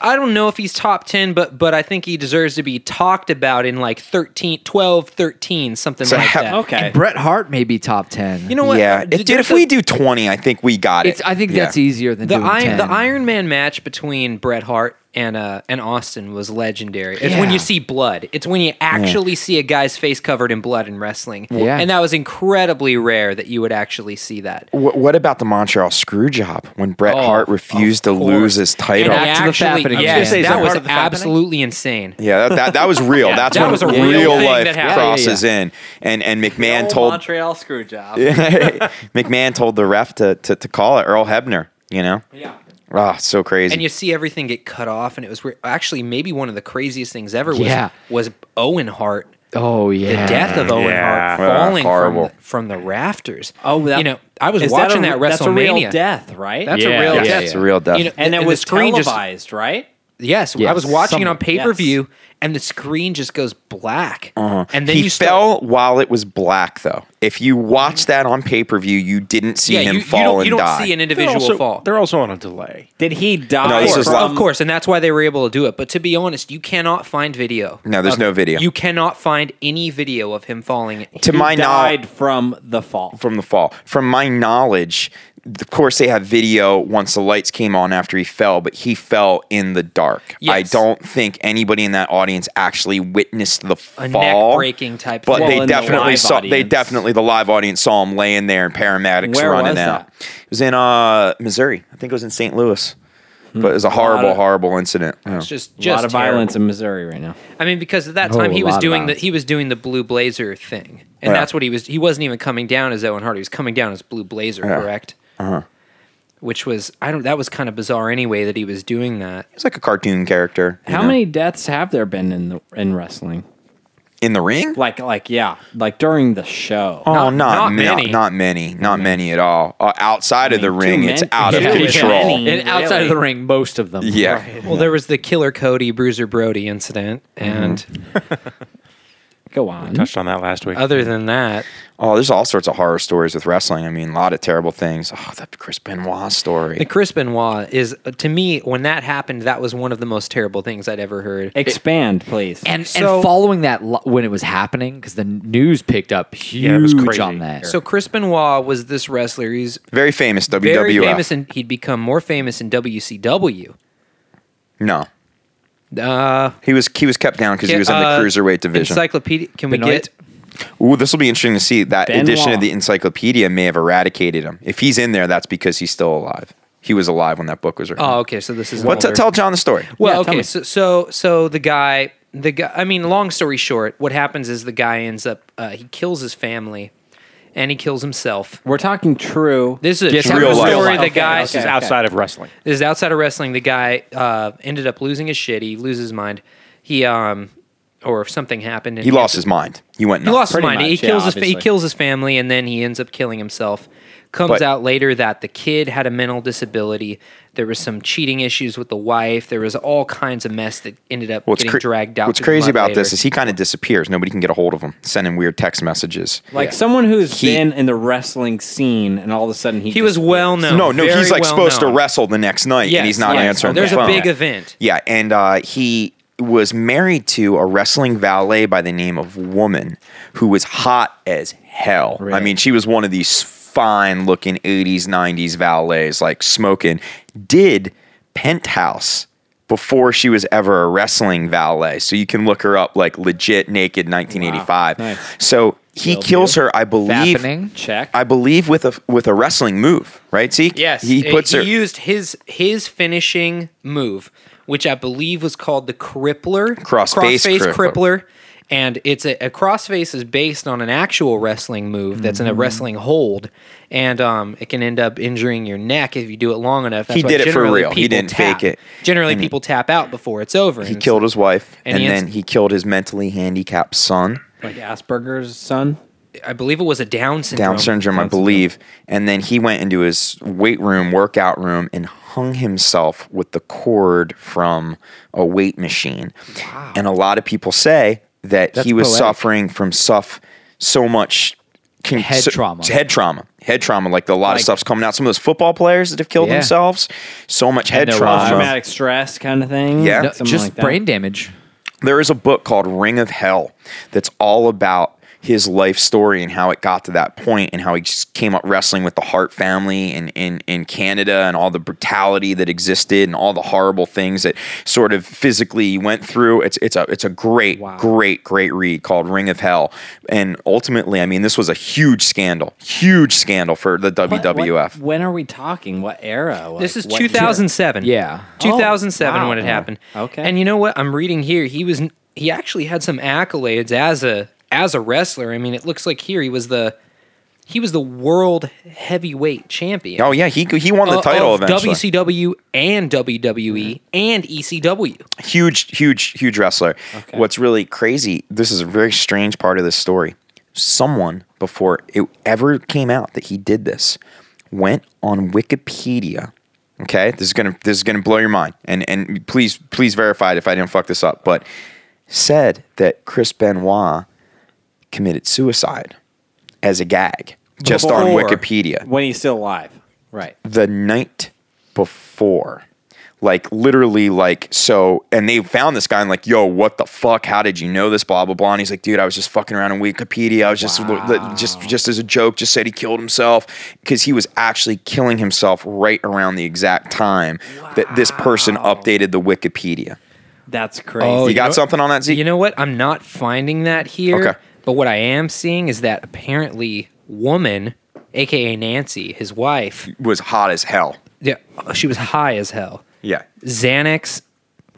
I don't know if he's top 10, but but I think he deserves to be talked about in like 13, 12, 13, something
So
like
how-
that.
okay.
Bret Hart may be top ten.
You know what?
yeah,
Uh,
dude.
there's
If
a-
we do twenty, I think we got it.
it's. I think
Yeah.
that's easier than
the
doing
Iron
10.
the Iron Man match between Bret Hart and uh and Austin was legendary. It's when
Yeah.
you see blood. It's when you actually see a guy's face covered in blood in wrestling.
Yeah.
And that was incredibly rare that you would actually see that.
What, what about the Montreal screw job when Bret
Oh,
Hart refused to lose his title?
Back to the fappening. I was
yeah,
gonna say,
is
that
that
was
part of the fappening?
absolutely insane.
yeah, that, that, that was real. That's
that
when
was a
real,
real thing
life
that happened.
crosses in, and and McMahon told
Montreal screw job.
McMahon told the ref to, to to call it Earl Hebner. You know,
Yeah.
ah, so crazy.
And you see everything get cut off, and it was weird. actually maybe one of the craziest things ever was
Yeah.
was Owen Hart.
Oh
The
yeah.
death of Owen
Yeah.
Hart falling
Yeah,
from,
horrible.
the, from the rafters.
Oh, that-
you know, I was
Is
watching
that, a,
that, WrestleMania.
That's a real death, right?
That's
Yeah.
a real
Yeah,
death.
it's a real death.
You know,
And it
the
was
screen just-
televised, right?
Yes, I
Yes,
was watching it
someone-
on pay per view, and the screen just goes black, and then
Uh-huh. he
you start- Mm-hmm.
fell while it was black, though. If you watch that on pay per view, you didn't see
Yeah,
him
you,
fall
you don't,
and
you don't
die.
see an
They're
individual
also-
fall.
They're also on a delay.
Did he die?
No,
Of
this is
course,
live.
of course, and that's why they were able to do it. But to be honest, you cannot find video.
No, there's
of-
no video.
You cannot find any video of him falling.
to
He
my knowledge,
died from the fall.
from the fall. From my knowledge, of course, they have video once the lights came on after he fell, but he fell in the dark. I
Yes.
don't think anybody in that audience actually witnessed the
A
fall,
neck-breaking type
But
fall
they
in the
definitely
live
saw. They
audience.
definitely the live audience saw him laying there, and paramedics
Where
were running
was
out.
that?
It was in uh, Missouri. I think it was in St. Louis.
Hmm.
But it was a horrible,
of-
horrible incident. Yeah.
It's just,
a
just
lot of
terrible.
violence in Missouri right now.
I mean, because at that
Oh,
time
a
he was
lot of
doing the
violence.
he was doing the blue blazer thing,
Yeah.
and that's what he was. He wasn't even coming down as Owen Hart. He was coming down as blue blazer, correct? Uh-huh. Which was I don't. That was kind of bizarre anyway that he was doing that.
It's like a cartoon character. you
How
know?
many deaths have there been in the, in wrestling?
in the ring?
Like like yeah, like during the show.
Oh,
Not-
not,
not
not, many.
many.
Not, many. Not many at all. Uh, outside of the
mean,
ring,
two
it's
men-
out of
Yeah, two
control.
men.
And outside of the
Really?
ring,
most of them.
Yeah.
well, there was the Killer Cody Bruiser Brody incident,
Mm-hmm.
and
Go on.
Touched on that last week.
other than that,
Oh, there's all sorts of horror stories with wrestling. I mean, a lot of terrible things. Oh, that Chris Benoit story.
the Chris Benoit is uh, to me when that happened, that was one of the most terrible things I'd ever heard.
Expand, please.
And,
So-
and following that lo- when it was happening, because the news picked up huge
it was crazy.
on that.
So Chris Benoit was this wrestler. He's
Very famous WWF.
very famous, and he'd become more famous in WCW.
no,
Uh,
he was he was kept down because he was in the
uh,
cruiserweight division.
Encyclopedia. Can we
Benoit?
get?
Ooh, this will be interesting to see. That
Benoit.
edition of the encyclopedia may have eradicated him. If he's in there, that's because he's still alive. He was alive when that book was written.
Oh, okay. So this is.
What's
older.
tell John the story?
Well,
Yeah, tell
okay.
me.
So, so so the guy, the guy. I mean, long story short, what happens is the guy ends up. Uh, he kills his family, and he kills himself.
We're talking true.
This is a
Yes,
true
real life.
story.
Real life.
The
Okay,
guy.
this is outside of wrestling.
This is outside of wrestling. The guy uh, ended up losing his shit. He loses his mind. He um, or something happened. And
He lost his mind. He went.
He
nuts.
lost his
Pretty
mind. he
much, yeah,
kills his fa- he
obviously.
kills his family, and then he ends up killing himself. Comes
But-
out later that the kid had a mental disability. There was some cheating issues with the wife. There was all kinds of mess that ended up
What's
getting
cra-
dragged out.
What's
to the
crazy
mud
about
later.
this is he kind of disappears. Nobody can get a hold of him, sending weird text messages.
Like someone who's
He-
been in the wrestling scene, and all of a sudden he
he was well known.
no, no,
very
he's like
well
supposed
known.
to wrestle the next night,
Yes,
and he's not
yes. Oh,
answering.
There's
the
a
phone.
big event.
Yeah, and uh, he was married to a wrestling valet by the name of Woman, who was hot as hell. I mean, she was one of these fine looking 80s, 90s valets, like smoking. Did Penthouse before she was ever a wrestling valet. So you can look her up like legit naked 1985.
Nice.
So he
Will
kills
do.
her, I believe.
Fappening?
check.
I believe with a with a wrestling move, right? See,
Yes, eh,
he puts her.
used his his finishing move, which I believe was called the crippler,
Crossface
crossface
crippler.
crippler. And it's a, a crossface is based on an actual wrestling move that's
Mm-hmm.
in a wrestling hold, and um, it can end up injuring your neck if you do it long enough. That's
He
why
did it for
generally
real. He
people
didn't
tap.
fake it. Mm-hmm.
Generally, people tap out before it's over.
he killed his wife,
And
and,
he
then
ins-
he killed his mentally handicapped son,
like Asperger's son.
I believe it was a Down syndrome.
Down syndrome, I believe. And then he went into his weight room, workout room, and hung himself with the cord from a weight machine. And a lot of people say that he was
poetic.
suffering from stuff so much. con-
Head
so-
trauma.
Head trauma. Head trauma. Like a lot of stuff's coming out. Some of those football players that have killed
Yeah.
themselves. So much head
they're
trauma.
Traumatic stress kind of thing.
Yeah.
No,
No,
Something
just
like that.
brain damage.
there is a book called Ring of Hell that's all about his life story and how it got to that point and how he s- came up wrestling with the Hart family in, in, in Canada and all the brutality that existed and all the horrible things that sort of physically he went through. It's it's a it's a great, great, great read called Ring of Hell. And ultimately, I mean, this was a huge scandal. Huge scandal for the
What- what-
WWF.
when are we talking? What era? Like,
This is
what
2007.
Yeah.
2007
Oh, wow.
when it happened.
Okay.
And you know what? I'm reading here. He was he actually had some accolades as a as a wrestler. I mean, it looks like here he was the he was the world heavyweight champion.
Oh yeah, he he won the
of-
title
of
eventually.
WCW and WWE and E ECW.
huge, huge, huge wrestler.
Okay.
What's really crazy, this is a very strange part of this story. Someone, before it ever came out that he did this, went on Wikipedia Okay, this is gonna this is gonna blow your mind, and and please please verify it if I didn't fuck this up. But said that Chris Benoit committed suicide as a gag, just on
Before.
Wikipedia
when he's still alive. Right.
the night before. Like literally, like so, and they found this guy and like, yo, what the fuck? How did you know this? Blah blah blah. And he's like, dude, I was just fucking around on Wikipedia. I was just just just as a joke, just said he killed himself because he was actually killing himself right around the exact time that this person updated the Wikipedia.
Oh,
That's crazy.
you, got
know-
something on that, Zeke?
You know what? I'm not finding that here.
Okay.
But what I am seeing is that apparently woman, aka Nancy, his wife,
was hot as hell.
yeah, she was high as hell.
Yeah,
Xanax,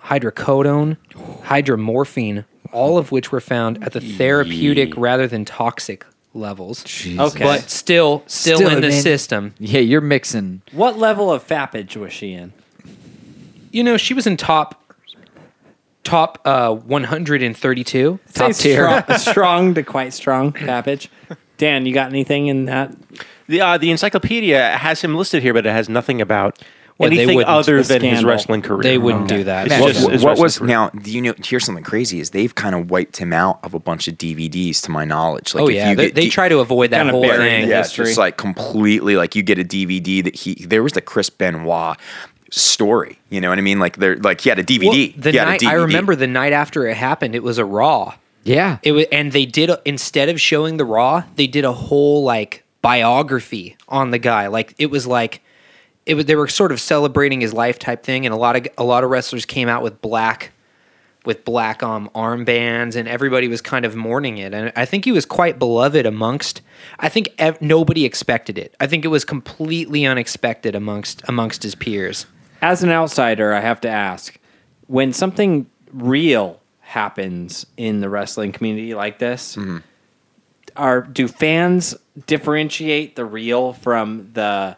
hydrocodone, hydromorphine, all of which were found at the therapeutic rather than toxic levels.
Okay.
But still, still,
Still,
in the
man.
system.
Yeah, you're mixing.
what level of fappage was she in?
You know, she was in top top uh 132.
Say
Top tier.
Strong, strong to quite strong fappage. Dan, you got anything in that?
The uh, the encyclopedia has him listed here, but it has nothing about
Well, they
anything
wouldn't.
other
The
than his
scandal.
wrestling career.
They wouldn't do that.
It's
What,
just-
what-
it's
what
wrestling
was
career.
now? Do you know? Here's something crazy: is they've kind of wiped him out of a bunch of DVDs, to my knowledge. Like,
oh
if
yeah,
you
they,
get
they
D-
try to avoid that
Kinda
whole
buried
thing.
in
yeah,
history.
just like completely. Like you get a DVD that he there was the Chris Benoit story. You know what I mean? Like there, like he had a DVD.
Well, the
he had
night
a DVD.
I remember the night after it happened, it was a Raw.
Yeah.
It was, and they did instead of showing the Raw, they did a whole like biography on the guy. Like it was like it was they were sort of celebrating his life type thing, and a lot of a lot of wrestlers came out with black with black um armbands, and everybody was kind of mourning it. And I think he was quite beloved amongst. I think ev- nobody expected it. I think it was completely unexpected amongst amongst his peers.
As an outsider, I have to ask when something real happens in the wrestling community like this,
Mm-hmm.
are do fans differentiate the real from the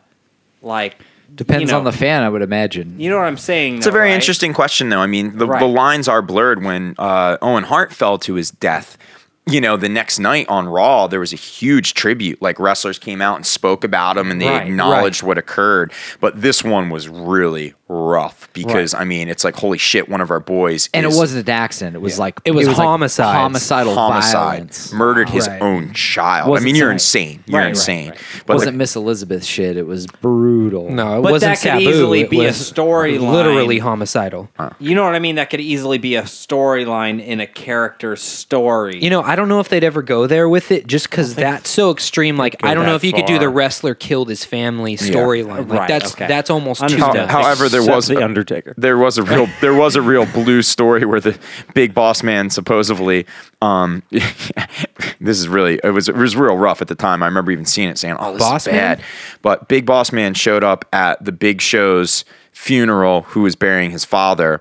like
Depends
you know-
on the fan, I would imagine.
You know what I'm saying?
It's a very interesting question, though. I mean, the, the
Right.
lines are blurred when uh, Owen Hart fell to his death. You know, the next night on Raw, there was a huge tribute. Like wrestlers came out and spoke about him, and they
Right,
acknowledged what occurred. But this one was really rough because I mean, it's like holy shit, one of our boys,
and
is
it wasn't an accident. It was like
It was
like
homicides.
homicidal
homicide,
violence.
murdered his
Right.
own child. I
Wasn't
mean, you're
something-
insane. You're
Right, right,
insane.
right.
But
wasn't
like,
Miss Elizabeth shit. It was brutal.
No, it
But that
wasn't
could
taboo.
easily
It
be a
was
storyline.
Literally homicidal.
You know what I mean? That could easily be a storyline in a character's story.
You know, I don't know if they'd ever go there with it just because that's so extreme. Like, I don't know
that
if you could do
far.
the wrestler killed his family storyline. Like,
Right,
that's
okay.
that's almost too
Understood.
much.
How- however, there
Except
was
the
a-
Undertaker.
there was a real there was a real blue story where the big boss man supposedly um this is really it was it was real rough at the time. I remember even seeing it saying, "Oh, this
Boss
is
Man?
bad." But Big Boss Man showed up at the Big Show's funeral who was burying his father.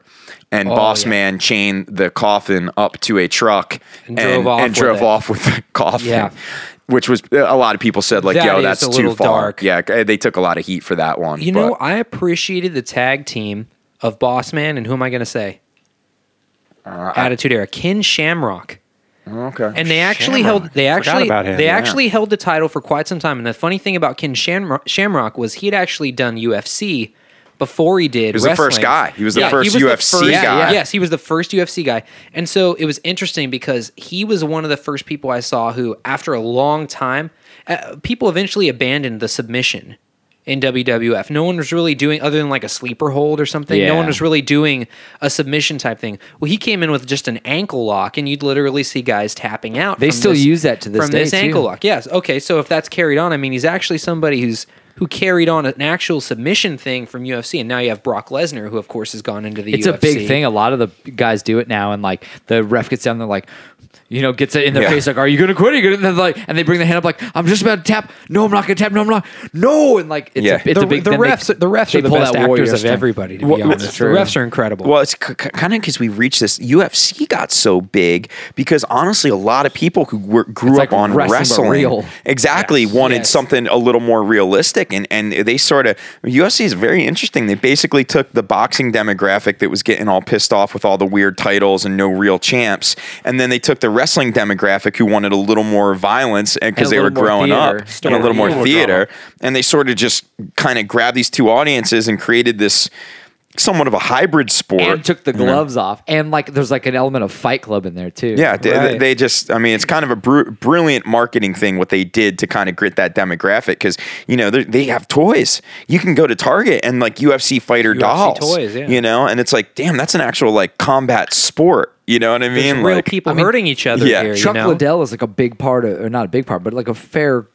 And Boss
Oh, yeah.
Man chained the coffin up to a truck and,
drove off
and
with
drove
it.
off with the coffin,
Yeah.
which was a lot of people said like,
That
"Yo,
is
that's
a
too
little
far."
dark.
Yeah, they took a lot of heat for that one.
you
but-
know, I appreciated the tag team of Boss Man and who am I going to say? Attitude Era, Ken Shamrock.
okay,
and they actually
Shamrock.
held they
Forgot
actually
about him,
they
yeah.
actually held the title for quite some time. And the funny thing about Ken Shamrock, Shamrock was he'd actually done UFC before he did. He
was the first guy. He was the first UFC guy. Yeah.
Yes, he was the first UFC guy. And so it was interesting because he was one of the first people I saw who, after a long time, uh, people eventually abandoned the submission in WWF. No one was really doing other than like a sleeper hold or something. No one
Yeah.
was really doing a submission type thing. Well, he came in with just an ankle lock, and you'd literally see guys tapping out.
They
from
still
this-
use that to this
from
day,
this
too.
ankle lock. Yes. Okay. So if that's carried on, I mean, he's actually somebody who's who carried on an actual submission thing from UFC, and now you have Brock Lesnar, who of course has gone into the.
it's
UFC.
a big thing. A lot of the guys do it now, and like the ref gets down, they're like, you know, gets it in their
Yeah.
face, like, "Are you gonna quit?" Are you gonna? And they're like, and they bring the hand up, like, "I'm just about to tap." No, I'm not gonna tap. No, I'm not. No, and like, it's
Yeah.
a, it's
the,
a big.
the
then they-
refs, the refs
they
are the
pull
best
that warrior
actors of
strength.
everybody. To be
Well,
honest,
that's
the
true.
refs are incredible.
Well, it's c- kind of because we reached this. UFC got so big because honestly, a lot of people who were, grew
It's
up
like
on
wrestling, but
wrestling
real.
exactly wanted
Yes.
something a little more realistic, and and they sort of UFC is very interesting. They basically took the boxing demographic that was getting all pissed off with all the weird titles and no real champs, and then they took the wrestling demographic who wanted a little more violence and because
And a
they were
little more
growing
theater.
up and a little more
Story.
theater, and they sort of just kind of grabbed these two audiences and created this somewhat of a hybrid sport.
and took the gloves off. And like, there's like an element of Fight Club in there too.
Yeah, they,
Right.
they just, I mean, it's kind of a bru- brilliant marketing thing what they did to kind of grit that demographic because, you know, they're- they have toys. You can go to Target and like UFC fighter dolls.
toys, yeah.
You know, and it's like, damn, that's an actual like combat sport. You know what I mean?
There's real
like,
people
I mean,
hurting each other
yeah,
here.
Chuck
you know?
Liddell is like a big part of, or not a big part, but like a fair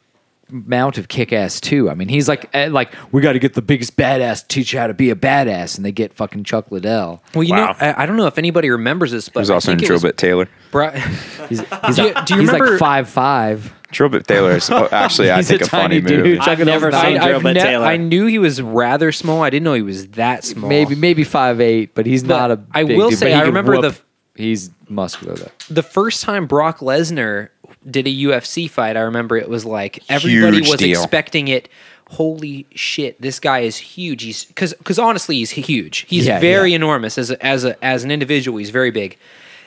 amount of kick ass too. I mean, he's like, eh, like we got to get the biggest badass to teach you how to be a badass, and they get fucking Chuck Liddell.
Well, you
Wow.
know, I, I don't know if anybody remembers this, but
There's
I
also in
think it was
Drillbit Taylor.
brought-
He's, he's
Do you-
like,
do you
he's
remember-
like five five.
Drillbit Taylor is oh, actually, I
He's
think,
a
a, funny
tiny dude.
movie.
Chuck
I've never
Liddell's
seen
not-
Joe
I've
But
ne-
Taylor.
I knew he was rather small. I didn't know he was that small.
Maybe maybe five eight, but he's not a.
I
big
will
dude,
say
but he
I
can
remember
whoop.
the-
he's muscular though.
the first time Brock Lesnar did a UFC fight, I remember it was like everybody
Huge
was
deal.
expecting it. Holy shit, this guy is huge. He's because because honestly, he's huge. He's
Yeah,
very
yeah.
enormous as a, as a, as an individual. He's very big.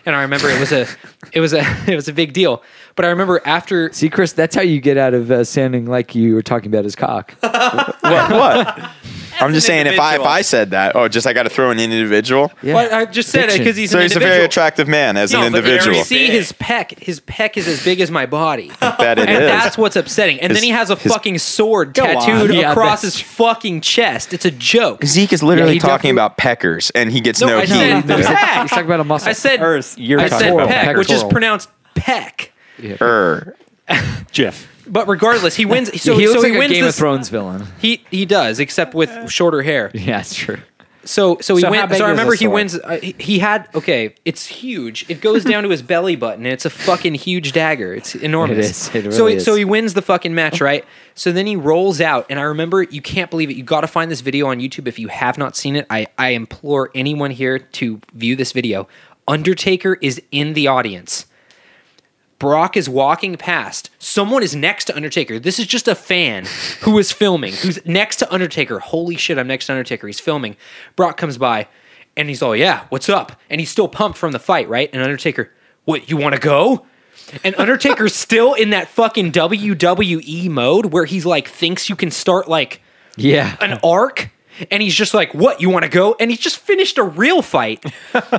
And I remember it was a it was a it was a big deal. But I remember after
See, Chris, that's how you get out of uh, sounding like you were talking about his cock.
What? what? I'm just
an
saying, if I, if
individual.
I said that, oh, just I got to throw in an individual.
Yeah.
Well, I just said it
Fiction.
because he's
So
an
he's a
individual.
very attractive man as an
No, but if
individual.
you see his pec. His pec is as big as my body.
That it
and
is.
that's what's upsetting. And
His-
then he has a
his-
fucking sword
on.
tattooed
Yeah,
across
that's-
his fucking chest. It's a joke.
Zeke is literally
he
talking
definitely-
about peckers, and he gets
No,
no,
I
heat.
said
He's
pec.
talking- he's talking about a muscle.
I said,
Earth, you're
I
talking
said
about
pec,
pectoral.
which is pronounced peck.
Er.
Jeff.
But regardless, he wins. So
he looks
so
like
he
a
wins
Game
this.
of Thrones villain.
He he does, except with shorter hair.
Yeah, it's true.
So so he
So how
wins.
big
So I
is
remember
this
he
sword?
wins. Uh, he, he had okay. It's huge. It goes down to his belly button. and It's a fucking huge dagger. It's enormous.
It is. It
so
really
he- so
is.
he wins the fucking match, right? So then he rolls out, and I remember you can't believe it. You got to find this video on YouTube if you have not seen it. I I implore anyone here to view this video. Undertaker is in the audience. Brock is walking past. Someone is next to Undertaker. This is just a fan who is filming, who's next to Undertaker. Holy shit, I'm next to Undertaker. He's filming. Brock comes by and he's all, yeah, what's up? And he's still pumped from the fight, right? And Undertaker, what, you wanna go? And Undertaker's still in that fucking WWE mode where he's like, thinks you can start like
Yeah.
an arc and he's just like, "What? You want to go?" And he just finished a real fight.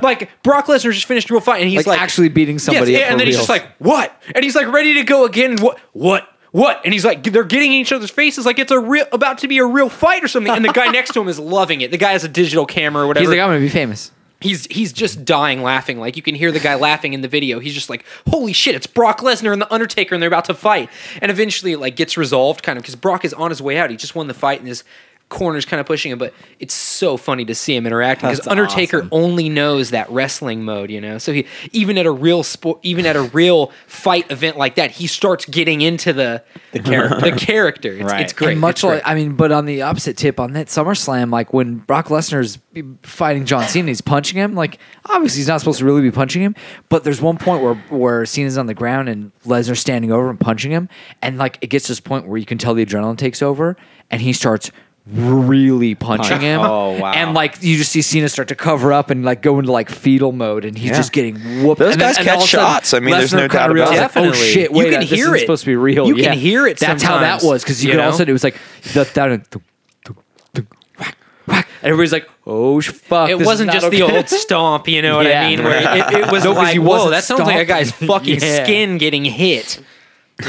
like Brock Lesnar just finished a real fight, and he's
Like,
like,
actually beating somebody up
and
for
then he's
real.
just like, "What?" And he's like, ready to go again. What? What? What? And he's like, they're getting in each other's faces like it's a real, about to be a real fight or something. And the guy next to him is loving it. The guy has a digital camera or whatever
He's like, I'm gonna be famous.
he's he's just dying laughing. Like you can hear the guy laughing in the video. He's just like, "Holy shit! It's Brock Lesnar and the Undertaker, and they're about to fight." And eventually, it, like gets resolved, kind of, because Brock is on his way out. He just won the fight, and his corner's kind of pushing him. But it's so funny to see him interacting because
That's
Undertaker
awesome.
only knows that wrestling mode, you know. So he even at a real sport, even at a real fight event like that, he starts getting into the the character. the character. It's,
Right.
it's great.
And much
It's
like,
great.
I mean, but on the opposite tip, on that SummerSlam, like when Brock Lesnar's fighting John Cena, he's punching him. Like, obviously, he's not supposed to really be punching him. But there's one point where where Cena's on the ground and Lesnar's standing over and punching him, and like it gets to this point where you can tell the adrenaline takes over, and he starts really punching him.
Oh, wow.
And like you just see Cena start to cover up and like go into like fetal mode, and he's
Yeah.
just getting whooped.
Those
And
guys
and
catch
all of a sudden,
shots. I mean, there's no
Lesnar
doubt
kinda
about
realized,
it.
like, Oh
Definitely.
shit!
You
Wait,
can
this
hear
isn't
it.
supposed to be real.
You can
Yeah.
hear it
That's how that
sometimes,
was because you,
you
could
know?
also it was like the down and thunk, thunk, thunk, whack, whack. And everybody's like, "Oh sh- fuck!"
it
this is
wasn't
not
just
okay.
the old stomp, you know what
Yeah.
I mean? Where it, it was
'cause
like,
he
whoa,
wasn't
that sounds like a guy's
stomping."
fucking
Yeah.
skin getting hit.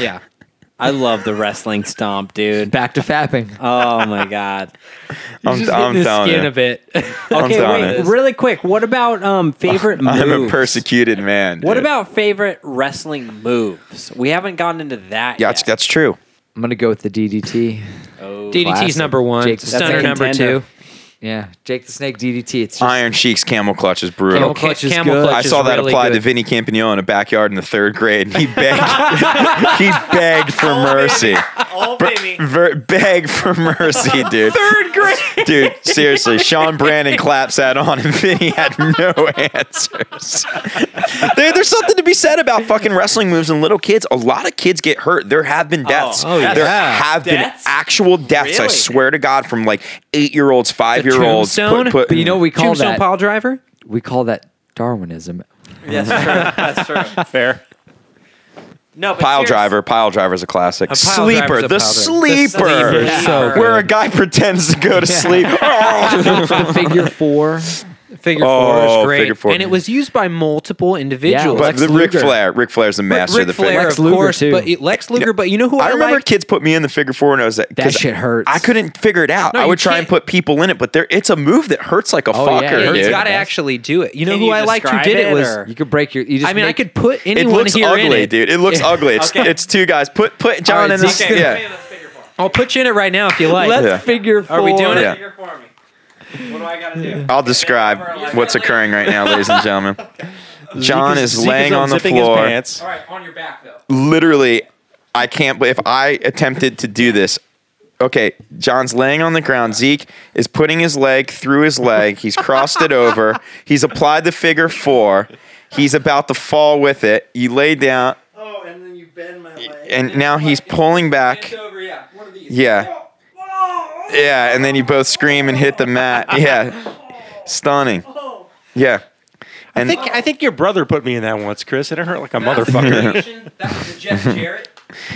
Yeah.
I love the wrestling stomp, dude.
back to fapping.
Oh my god.
I'm, I'm telling
skin Oh,
you.
a bit.
I'm
Okay,
down
wait,
it.
really quick. What about um favorite moves?
I'm a persecuted man.
What
dude.
about favorite wrestling moves? We haven't gotten into that
Yeah,
yet.
that's, that's true.
I'm gonna go with the DDT.
DDT's
Classic.
number one.
Jake, that's
Stunner
a
number
contender.
two.
Yeah, Jake the Snake DDT. It's just
Iron Sheik's camel clutch is brutal.
Camel
Okay,
clutch is
camel
good.
clutch
I
is
saw that
really
applied
good.
to Vinny Campagnolo in a backyard in the third grade. He begged. he begged for mercy.
Oh baby.
Ver- beg for mercy, dude.
Third grade.
Dude, seriously, Sean Brandon claps that on, and Vinny had no answers. there, there's something to be said about fucking wrestling moves and little kids. A lot of kids get hurt. There have been deaths.
oh, yeah.
There
Yeah.
have
Deaths?
been actual deaths. I
Really?
swear to God, from like eight year olds, five year olds.
tombstone?
But you know what we call
Tombstone
that?
pile driver.
we call that Darwinism.
That's true. That's true.
Fair.
No, but
Pile
serious-
driver. Pile driver's a classic.
A pile
sleeper.
driver's a
The
pile driver.
sleeper.
sleeper.
Yeah. So good.
Where a guy pretends to go to sleep.
the figure four.
Figure
Oh,
four is great,
figure four.
and it was used by multiple individuals.
but
Lex
the Ric
Luger.
Flair. Ric Flair's the master
Ric
of the figure.
Flair,
Lex
of
Luger,
course,
too.
but Lex Luger. But you know who
I
I,
remember
liked?
kids put me in the figure four, and I was that
That shit hurts.
I couldn't figure it out.
No,
I
you
would try and
can't-
put people in it, but there it's a move that hurts like a
Oh,
fucker,
yeah, it hurts.
dude.
He's got to actually do it. You know
Can
who
you
I liked who
describe
did it,
it,
was.
or-
You could break your. You just
I mean, I
make-
could put
it
anyone
looks
here in
ugly,
it.
dude. It looks ugly. It's,
Okay.
it's two guys. Put put John
All right,
in this.
Zeke,
Yeah.
I'll put you in it right now if you like.
Let's
Yeah.
figure four.
Are we doing
Yeah.
it? Figure four me. What do I gotta do?
I'll describe what's occurring right now, ladies and gentlemen. John is laying on the floor.
His pants.
All right, on your back though.
literally, I can't believe if I attempted to do this. Okay, John's laying on the ground. Zeke is putting his leg through his leg. He's crossed it over. He's applied the figure four. He's about to fall with it. You lay down,
Oh, and then you bend my leg.
and now he's pulling back.
over, yeah. One of these. Oh!
Yeah. Yeah, and then you both scream and hit the mat. Yeah. Stunning. Yeah.
I think I think your brother put me in that once, Chris, and it hurt like a motherfucker.
That was a Jeff Jarrett.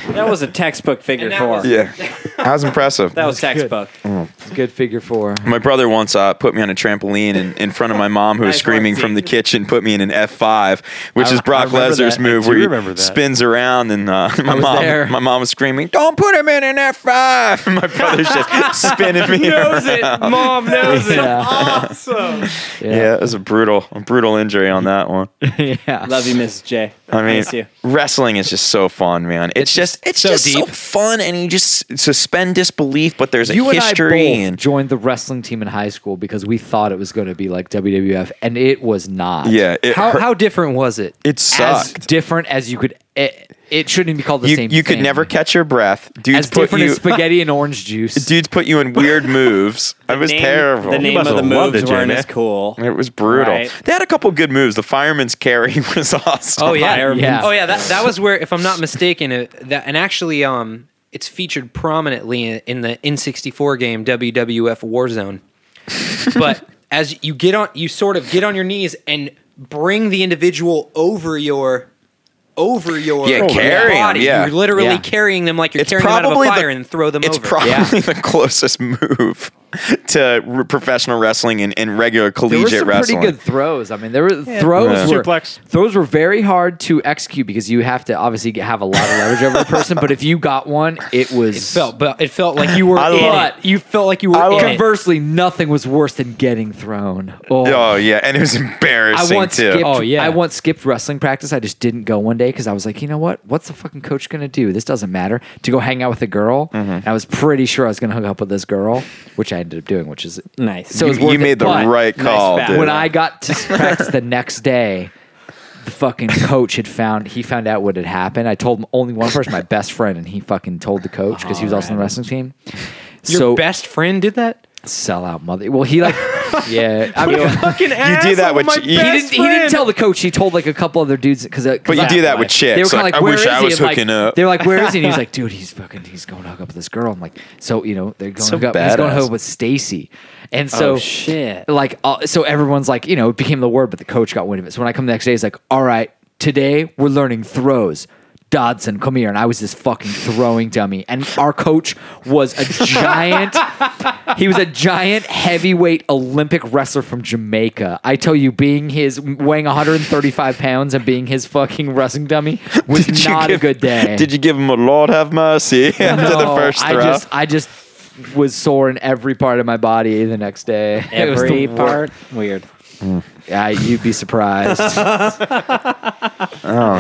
That was a textbook figure
that
four.
was-
Yeah. That was impressive.
That was textbook.
It's a good figure four.
My brother once uh, put me on a trampoline in, in front of my mom, who was
Nice
screaming
one,
from the
Zeke.
kitchen, put me in an F5, which
I-
is Brock
I remember
Lesnar's
that. I
move
do
where
remember
he
that.
spins around and uh, my
was
mom
there.
my mom was screaming, "Don't put him in an F5!" And my brother's just spinning me. around.
it. Mom knows
Yeah.
Awesome.
Yeah, it was a brutal a brutal injury on that one.
yeah.
Love you, Mrs. J.
I mean,
Miss you.
wrestling is just so fun, man. It's, just it's
so
just so
deep.
fun, and you just s- suspend disbelief. But there's a
You and I
history
both
and.
joined the wrestling team in high school because we thought it was going to be like WWF, and it was not.
Yeah, it
How,
hurt-
how different was it?
it
as
sucked.
different as you could. It, it shouldn't be called the
You,
same.
you could
thing.
never catch your breath.
As
Dudes put
different
you
as spaghetti and orange juice.
dudes put you in weird moves. It was
Name-
terrible.
The name
must
of the
have loved
moves
it,
weren't
Jamie.
as cool.
it was brutal.
Right.
They had a couple good moves. The fireman's carry was awesome.
Oh yeah,
Iron Man.
Oh yeah, that that was where, if I'm not mistaken, it, that and actually, um, it's featured prominently in, in the N64 game WWF Warzone. But as you get on, you sort of get on your knees and bring the individual over your. Over your
Yeah, carry 'em,
body,
yeah.
you're literally
Yeah.
carrying them like you're
It's
carrying them out of a
probably the-
fire and throw them
it's
over.
probably
Yeah.
the closest move to r- professional wrestling and, and regular
there were
collegiate
some
wrestling.
pretty good throws. I mean, there were throws
Yeah.
were
Suplex.
those were very hard to execute because you have to obviously get- have a lot of leverage over the person. But if you got one, it was
it felt, but it felt like you were
I
in
love-
it. You felt like you were in it.
Conversely, nothing was worse than getting thrown. Oh,
Oh yeah, and it was
I
embarrassing
once
too.
skipped.
Oh, yeah.
I once skipped wrestling practice. I just didn't go one day because I was like, you know what? What's the fucking coach gonna do? This doesn't matter. To go hang out with a girl, and I was pretty sure I was gonna hook up with this girl, which I ended up doing, which is
Nice.
So
You-
it's
you,
worth it,
made the
but-
right call,
fat.
dude.
when I got to practice the next day, the fucking coach had found he found out what had happened. I told him only one person, my best friend, and he fucking told the coach because he was also on the wrestling team.
Your
so
best friend did that.
sell out mother. Well, he like yeah. I mean,
Fucking
you do that with ch-
he
you,
didn't. He didn't tell the coach. He told like a couple other dudes because.
but you do that with
They were
chicks.
kind of
Like,
like,
I
"Where
wish
is
I
he?"
was
And, like,
hooking up.
They're like, "Where is he?" And he's like, "Dude, he's fucking, he's going to hook up with this girl." I'm like, "So you know, they're going
So
to hook up. He's going to
badass.
hook up with Stacy." And so,
Oh, shit.
Like, uh, so everyone's like, you know, it became the word, but the coach got wind of it. So when I come the next day, he's like, "All right, today we're learning throws." Dodson, come here, and I was this fucking throwing dummy, and our coach was a giant. He was a giant heavyweight Olympic wrestler from Jamaica. I tell you, being his weighing 135 pounds and being his fucking wrestling dummy was
Did you
not a
give-
good day.
Did you give him a Lord have mercy after the
No,
first
I
throw?
just, I just was sore in every part of my body the next day. It was the
Every
wor-
part weird.
Yeah, you'd be surprised.
oh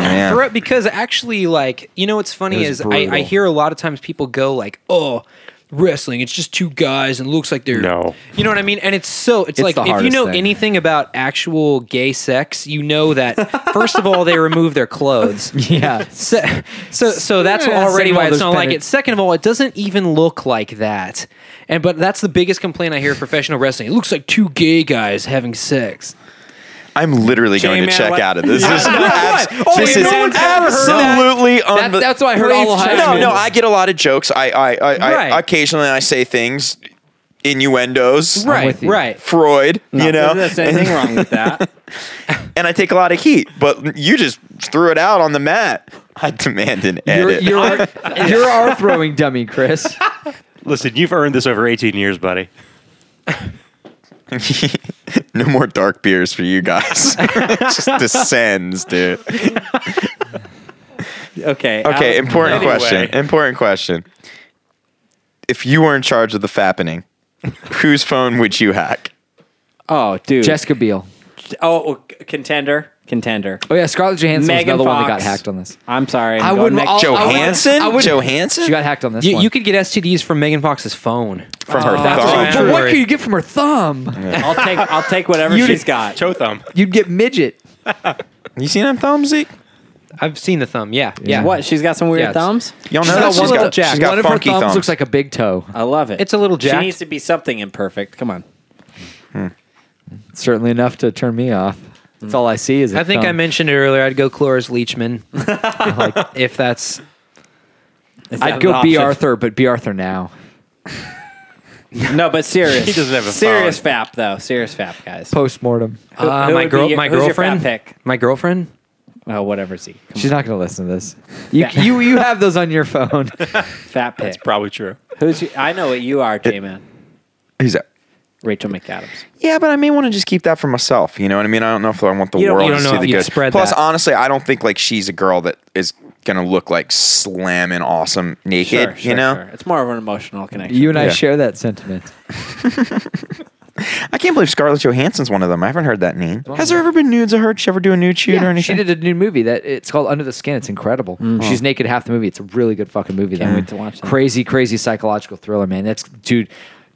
man.
Throw- because actually, like, you know what's funny
It was
is I, I
brutal.
hear a lot of times people go like, "Oh, wrestling, it's just two guys and looks like they're
No.
you know what I mean." And it's so it's,
It's
like
the
if you
hardest
know
thing.
anything about actual gay sex, you know that first of all they remove their clothes.
yeah.
So, so, so that's
Yeah,
already
second of all,
why it's
there's
not like
better-
it. Second of all, it doesn't even look like that. And but that's the biggest complaint I hear of professional wrestling. It looks like two gay guys having sex.
I'm literally going to
J-Man,
check
what-
out of this. This is, abs-
Oh,
this
yeah,
is
no one's ever heard that.
absolutely unbelievable.
That- that's why I heard all the hype.
No, no, I get a lot of jokes. I, I, I, I
Right.
occasionally I say things, innuendos,
Right,
with you.
right.
Freud, you know,
there's
and,
anything wrong with that.
and I take a lot of heat. But you just threw it out on the mat. I demand an
You're,
edit.
you're, our, you're our throwing dummy, Chris.
Listen, you've earned this over 18 years, buddy.
no more dark beers for you guys. It Just descends, dude. Okay,
Okay.
um,
Alex-
important
Anyway.
question. Important question. If you were in charge of the fappening, whose phone would you hack?
Oh, dude.
Jessica Biel.
Oh, c- contender. Contender.
Oh yeah, Scarlett Johansson was
Megan
another one that got
Fox.
hacked on this.
I'm sorry.
I
I'm
wouldn't-
going Meg-
I'll- I would-
Johansson?
I would-
Johansson?
She got hacked on this
You,
one.
you could get STDs from Megan Fox's phone.
from
Oh,
her
that's
thumb.
right.
but what
Right.
could you get from her thumb?
I'll take I'll take whatever
You
she's
did-
got.
Toe thumb.
You'd get midget.
You seen them thumbs, Zeke?
I've seen the thumb. Yeah, yeah.
What? She's got some weird
Yeah, it's-
thumbs.
Y'all know
She's
that
got
she's
one
got,
little-
she's got
one of her
funky
thumbs,
thumbs.
looks like a big toe.
I love it.
It's a little
She
jacked.
needs to be something imperfect. Come on.
Certainly enough to turn me off. That's all I see is.
I think I mentioned it earlier. I'd go Cloris Leachman
Like,
if that's
Is that
I'd go
an
B
option?
Arthur, but B Arthur now.
No, but serious.
He doesn't have a
serious fap though. Serious fap, guys.
Post mortem.
Who-
uh,
who
my
would be
girl,
your-
my
who's your
girlfriend.
fat pick?
My girlfriend.
Oh, whatever. Z.
She's not going to listen to this. You, you you have those on your phone.
Fat pick.
Probably true.
Who's? your- I know what you are, J man.
Who's that?
Rachel McAdams.
Yeah, but I may want to just keep that for myself. You know what I mean? I don't know if I want the
You don't-
world
you
to
don't
see
know
the
if you'd
good.
spread
Plus,
that.
honestly, I don't think like she's a girl that is gonna look like slamming awesome naked.
Sure, sure,
you know,
sure. it's more of an emotional connection.
You and I
Yeah.
share that sentiment.
I can't believe Scarlett Johansson's one of them. I haven't heard that name. Has there ever been nudes of her? Did she ever do a nude shoot or
Yeah, she
anything?
did a new movie that it's called Under the Skin. It's incredible. She's naked half the movie. It's a really good fucking movie. Can't
Mm. wait to watch that.
Crazy, crazy psychological thriller, man. That's dude.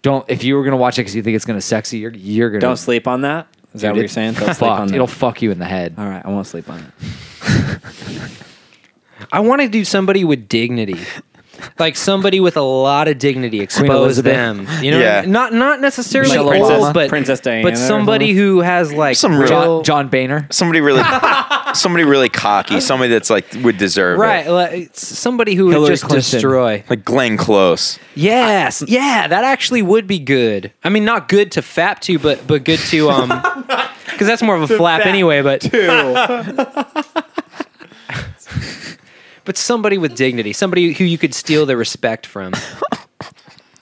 Don't if you were gonna watch it because you think it's gonna sexy, you're you're gonna
don't sleep on that. Is
dude,
that what you're
it's
saying? Don't sleep
fucked.
on that.
It'll fuck you in the head.
All right, I won't sleep on it.
I want to do somebody with dignity, like somebody with a lot of dignity. Expose
Elizabeth?
them, you know.
Yeah.
Yeah. Not not necessarily
Michelle
old,
Obama?
but
Princess Diana or
but somebody
something?
who has like
Some real-
John, John Boehner.
Somebody really, somebody really cocky. Somebody that's like would deserve
right,
it.
like, it's somebody who would
Hillary
just
Clinton.
destroy.
Like Glenn Close.
Yes, yeah, that actually would be good. I mean, not good to fap to, but but good to um, because that's more of a flap anyway. But but somebody with dignity, somebody who you could steal their respect from.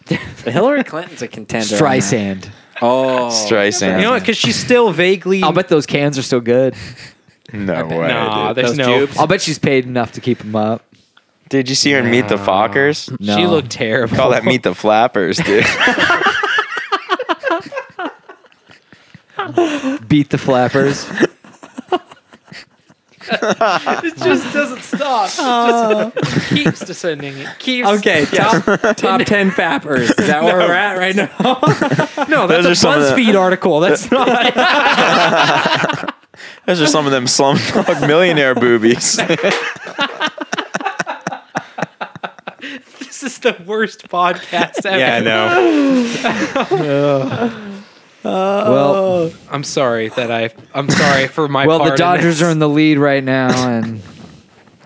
But Hillary Clinton's a contender. on that.
Streisand.
Oh,
Streisand.
You know what? Because she's still vaguely.
I'll bet those cans are still good.
No way.
Nah,
dude.
there's
Those
no.
jubes.
I'll bet she's paid enough to keep them up.
Did you see her in Meet the Fockers?
No.
She looked terrible.
Call that Meet the Flappers, dude.
Beat the flappers.
It just doesn't stop. It just keeps descending. It keeps.
Okay, top top ten fappers. Is that where we're at right now?
No,
Those
that's
are
a
some of the-
BuzzFeed article. That's not.
Those are some of them slumdog millionaire boobies.
this is the worst podcast ever.
Yeah, I know.
Oh. well,
I'm sorry that I. I'm sorry for my.
well, the
part in
Dodgers
this.
are in the lead right now, and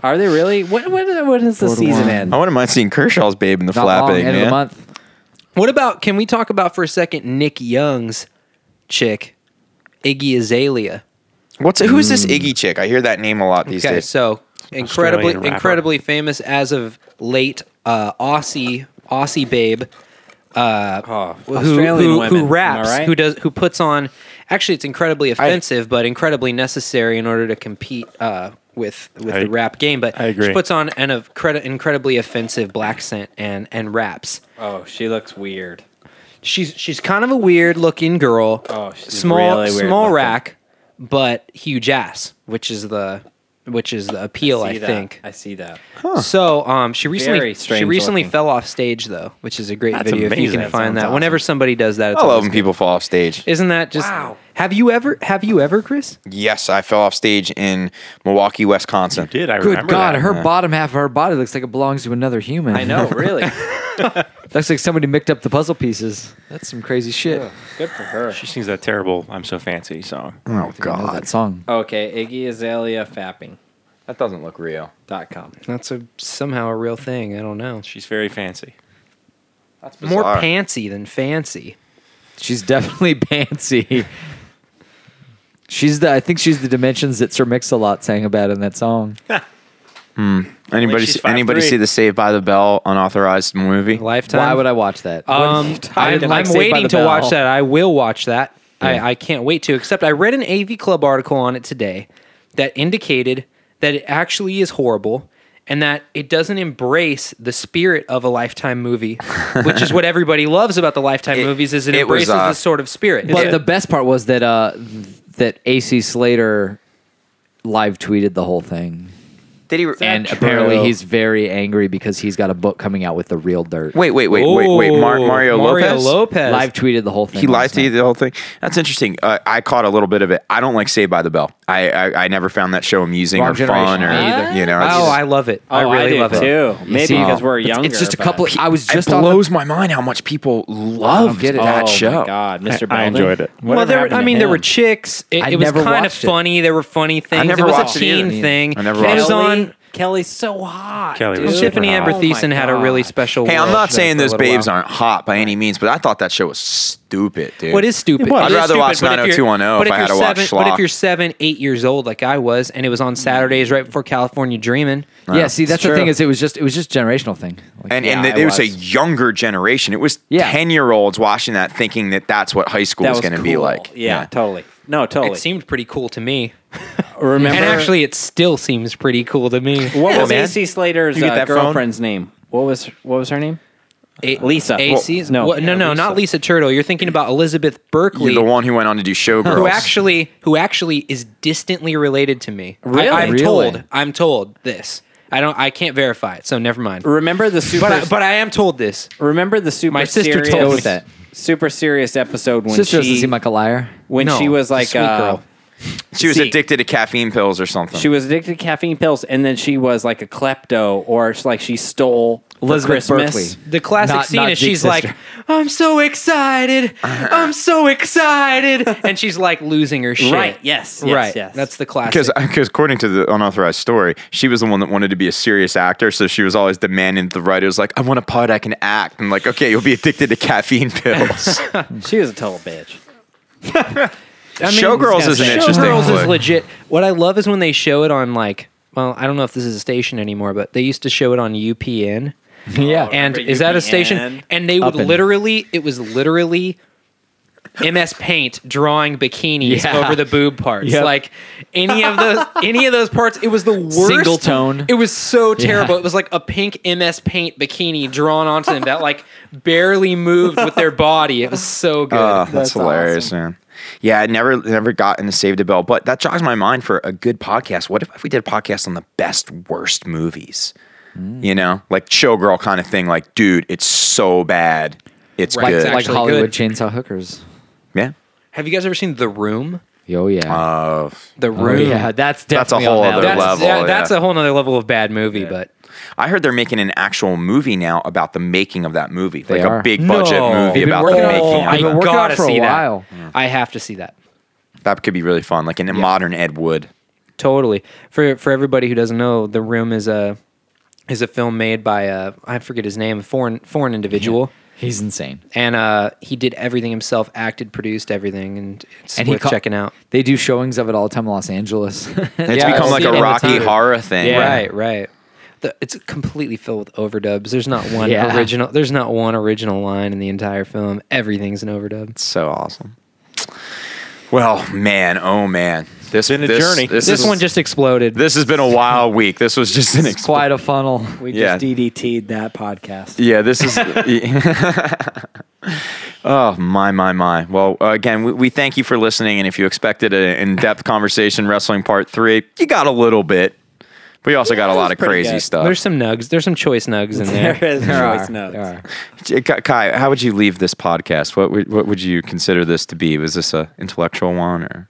Are they really? When when, when does the
Four to
season
one.
I
end?
wouldn't mind seeing Kershaw's babe in the
not long,
flapping,
end of the
man.
month.
What about? Can we talk about for a second Nick Young's chick, Iggy Azalea?
What's who's this Iggy chick? I hear that name a lot these
Okay,
days.
so incredibly,
Australian rapper.
incredibly famous as of late, uh, Aussie, Aussie babe,
Oh,
who,
Australian
who,
women,
who
am I
raps,
right?
who does, who puts on. Actually, it's incredibly offensive, but incredibly necessary in order to compete uh, with with
I-
the rap game. But
I agree.
she puts on an of cred- incredibly offensive black scent and and raps.
Oh, she looks weird.
She's she's kind of a weird looking girl.
Oh, she's
small
really weird
small
looking.
rack, but huge ass, which is the which is the appeal, I,
See that.
think.
I see that.
So um, she
Very
recently she
strange
recently
looking.
fell off stage though, which is a great
That's
video if you
amazing.
can
That
find
sounds
that.
awesome.
Whenever somebody does that, it's
I love
always
when
good.
people fall off stage.
Isn't that just? Have you ever? Have you ever, Chris?
Yes, I fell off stage in Milwaukee, Wisconsin.
Did I
Good
remember
God,
that.
her bottom half of her body looks like it belongs to another human.
I know, really.
Looks like somebody mixed up the puzzle pieces. That's some crazy shit.
Good for her.
She sings that terrible "I'm So Fancy" song.
Oh
I know that song.
Okay, Iggy Azalea fapping.
that doesn't look real.
Dot com.
That's a somehow a real thing. I don't know.
She's very fancy.
That's
More
bizarre.
pantsy than fancy.
She's definitely Bancy. She's the. I think she's the dimensions that Sir Mix-a-Lot sang about in that song.
Anybody,
she's
see,
5'3".
anybody see the Saved by the Bell unauthorized movie?
Lifetime.
Why would I watch that?
Um,
tired
I'm,
and, like,
I'm
Saved by
waiting
the
to
Bell.
watch that. I will watch that. I, I can't wait to. Except I read an AV Club article on it today that indicated that it actually is horrible and that it doesn't embrace the spirit of a Lifetime movie, which is what everybody loves about the Lifetime
It-
movies is it,
it was,
embraces
uh,
this sort of spirit.
but the best part was that uh, that AC Slater live tweeted the whole thing,
Did he? uh,
and apparently
True.
he's very angry because he's got a book coming out with the real dirt.
wait, wait, wait, wait, wait. Mar-
Oh,
Mario,
Mario
Lopez.
Lopez.
live tweeted the whole thing.
He lied
last
to you
night.
the whole thing. That's interesting. Uh, I caught a little bit of it. I don't like Saved by the Bell. I I, I never found that show amusing
Wrong
or fun
generation.
or
Huh?
you know. it's
Oh,
just-
I love it. I really
do
love it.
too. Maybe
see,
because we're
it's-
younger.
It's just a
but-
couple. I was just
it
on.
blows
the,
my mind how much people love
get it.
that
oh
show.
My God, Mr.
I
Belden.
enjoyed it.
well,
Whatever
there.
happened
I
to
mean, there
him?
were chicks. It,
I
it was
never
kind of
watched it.
funny. There were funny things.
never
it was
watched
a
it
teen
either.
thing.
I never
It
watched
was
it.
on.
Kelly's so hot.
Kelly was
dude.
super
Tiffany Amber
Oh my
Thiessen had a really
God.
special.
Hey, I'm
role
not
there
saying
for a
those
little
babes
while.
aren't hot by any means, but I thought that show was stupid, dude.
What is stupid?
was.
It
I'd
is
rather
stupid,
watch
but if you're-
90210
but
if I had
you're
to watch
seven- But
schlock.
if you're seven, eight years old like I was, and it was on Saturdays right before California Dreamin'.
yeah, see, that's the
true.
thing is, it was just it was just generational thing. Like,
And and
yeah,
the, it was, a
was.
younger generation. It was
Yeah.
ten year olds watching that, thinking that that's what high school
That
is
was
going to be
cool.
like.
Yeah, totally. No, totally.
It seemed pretty cool to me,
Remember,
and actually, it still seems pretty cool to me.
what
Yeah,
was
man.
AC Slater's
You get
uh,
that phone?
girlfriend's name? What was what was her name?
A-
Lisa.
AC?
Well, no.
What- no,
Yeah,
no,
Lisa.
not Lisa Turtle. You're thinking about Elizabeth Berkley.
You're the one who went on to do Showgirls.
who actually who actually is distantly related to me.
Really?
I, am
Really?
told. I'm told this. I don't. I can't verify it, so never mind.
Remember the super.
But I, but I am told this.
remember the super.
My sister
serious,
told me. Go with
that.
Super serious episode when
Sister doesn't
she
seem like a liar.
when
No,
she was like
sweet
uh,
girl.
she was
see-
addicted to caffeine pills or something.
she was addicted to caffeine pills, and then she was like a klepto, or it's like she stole for
Elizabeth
Christmas.
Berkley.
The classic
Not-
scene
not
is
Zeke's
she's like,
sister.
"I'm so excited, I'm so excited," and she's like losing her shit.
Right, yes, yes,
right.
yes.
That's the classic.
because because uh, according to the unauthorized story, she was the one that wanted to be a serious actor, so she was always demanding that the writers like, "I want a part I can act," and like, "Okay, you'll be addicted to caffeine pills."
She was a total bitch.
I
Showgirls is an interesting
Showgirls is
flick.
legit. What I love is when they show it on like, well, I don't know if this is a station anymore, but they used to show it on UPN.
Yeah,
and
remember
is that a
UPN?
station? And they would
Up and-
literally, it was literally MS Paint drawing bikinis
Yeah.
over the boob parts.
Yep.
Like any of those, any of those parts, it was the worst.
Single tone.
It was so terrible. It was like a pink MS Paint bikini drawn onto them that like barely moved with their body. It was so good.
Oh, that's, hilarious, man. Yeah, I never never got into Saved a Bell, but that jogs my mind for a good podcast. What if we did a podcast on the best worst movies?
Mm.
You know, like showgirl kind of thing. Like, dude, it's so bad, it's
Right,
good.
exactly.
like
actually
Hollywood
good.
chainsaw hookers.
yeah.
Have you guys ever seen The Room?
Yo, yeah,
Uh,
The
Oh,
Room.
yeah, that's
That's a
definitely
whole
on that
other
That's,
list.
level,
that- that's
yeah.
a whole nother level of bad movie, but
I heard they're making an actual movie now about the making of that movie,
They
like a
are.
big budget
No.
movie
They've been
about the
working
making. of
on it for a while.
I've
that.
been working on
gotta
it for
see
a
that.
while.
I have to see that.
That could be really fun, like in a modern Ed Wood.
Totally. For for everybody who doesn't know, The Room is a is a film made by a I forget his name, a foreign foreign individual.
He's insane.
And uh, he did everything himself, acted, produced everything, and it's
And he
worth
ca-
checking out.
They do showings of it all the time in Los Angeles.
It's
Yeah,
become
I've
like
seen it
a
all the
Rocky
time.
horror thing.
Right, right. The, it's completely filled with overdubs. There's not one
Yeah.
original. There's not one original line in the entire film. Everything's an overdub.
So awesome. Well, man, oh man, this
been a
this-
journey.
This,
This
is-
one just exploded.
This has been a wild week. This was just an
it's quite a funnel.
We
Yeah.
just DDT'd that podcast.
Yeah, this is. oh my my my. Well, uh, again, we, we thank you for listening, and if you expected an in-depth conversation, wrestling part three, you got a little bit, but you also got a lot of
pretty
crazy
good.
stuff.
there's some nugs. There's some choice nugs in there.
There is
There
choice
are,
notes.
there are.
J- Ka- Kai, how would you leave this podcast? What would, what would you consider this to be? Was this a intellectual one, or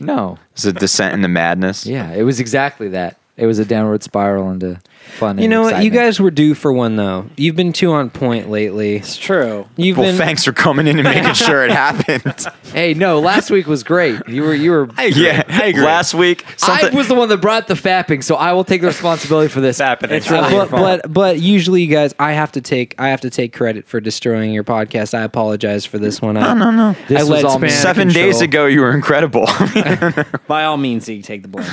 No.
is it descent into madness?
Yeah, it was exactly that. It was a downward spiral into fun.
You
and
know what? You
excitement.
guys were due for one though. You've been too on point lately.
It's true.
You've
Well,
been
thanks for coming in and making sure it happened.
Hey, no, last week was great. You were, you were.
yeah, last week something.
I was the one that brought the fapping, so I will take the responsibility for this.
happening.
It's really
Uh,
your
but,
fault.
but but usually, you guys, I have to take I have to take credit for destroying your podcast. I apologize for this one. I, no, no, no.
This
I
was
let
all me.
Span out of
Seven days
control.
ago, you were incredible.
By all means, you can take the blame.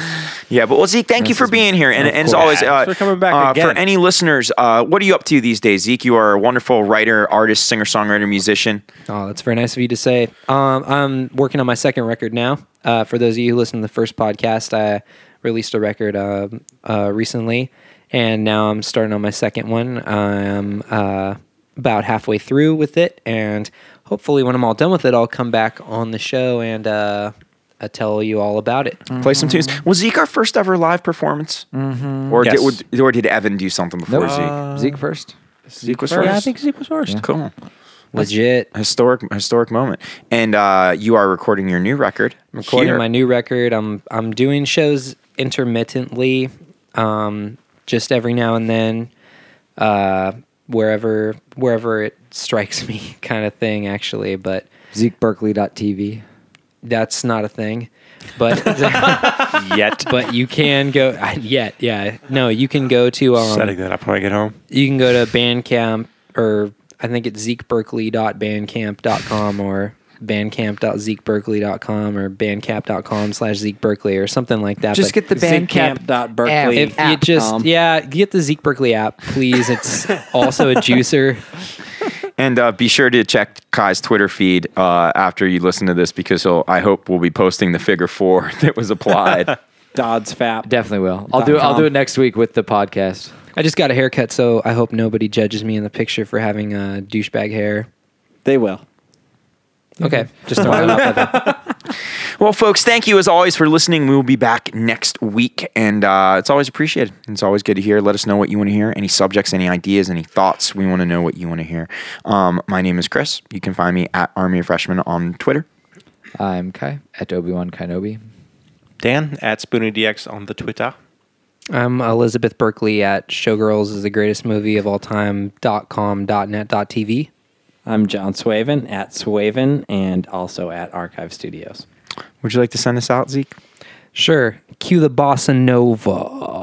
Yeah, but well, Zeke, thank you for being here, and, and as always,
Yeah,
uh,
thanks for coming back
uh, for
again.
any listeners, uh, what are you up to these days, Zeke? You are a wonderful writer, artist, singer, songwriter, musician.
Oh, that's very nice of you to say. Um, I'm working on my second record now. Uh, for those of you who listened to the first podcast, I released a record um uh, recently, and now I'm starting on my second one. I'm uh, about halfway through with it, and hopefully, when I'm all done with it, I'll come back on the show and uh, uh, tell you all about it.
Play some tunes.
Mm-hmm.
Was Zeke our first ever live performance, mm-hmm. or,
Yes.
did, or did Evan do something before
Nope.
Zeke?
Uh,
Zeke first.
Zeke was
Uh, Yeah, I
first?
think Zeke was first.
Cool,
Legit.
historic, historic moment. And uh, you are recording your new record.
recording
here.
my new record. I'm I'm doing shows intermittently, um, just every now and then, uh, wherever wherever it strikes me, kind of thing. Actually, but
ZekeBerkeley.tv.
that's not a thing. But yet, but you can go yet. Yeah, no, you can go to um,
Setting that up when I get home.
you can go to Bandcamp or I think it's zekeberkeley.bandcamp.com or bandcamp.zekeberkeley.com or bandcamp.com slash zekeberkeley or something like that.
Just
But
get the Bandcamp
Bandcamp.berkeley.
app.
if you just
Tom.
yeah, get the Zeke Berkeley app, please. It's also a juicer.
And uh, be sure to check Kai's Twitter feed uh, after you listen to this because he'll, I hope we'll be posting the figure four that was applied.
Dodds Fap.
Definitely will. I'll
Dot
do. It, I'll
com.
do it next week with the podcast.
I just got a haircut, so I hope nobody judges me in the picture for having uh, douchebag hair.
They will.
Mm-hmm.
Okay, just throwing that out there.
well, folks, thank you as always for listening. We will be back next week, and uh, it's always appreciated. It's always good to hear. Let us know what you want to hear. Any subjects, any ideas, any thoughts. We want to know what you want to hear. Um, my name is Chris. You can find me at Army of Freshmen on Twitter.
I'm Kai at Obi Wan Kenobi.
Dan at SpoonieDX on the Twitter.
I'm Elizabeth Berkeley at Showgirls is the greatest movie of all time. dot com. dot net. dot TV.
I'm John Swaven at Swaven and also at Archive Studios.
Would you like to send us out, Zeke?
Sure. Cue the bossa nova.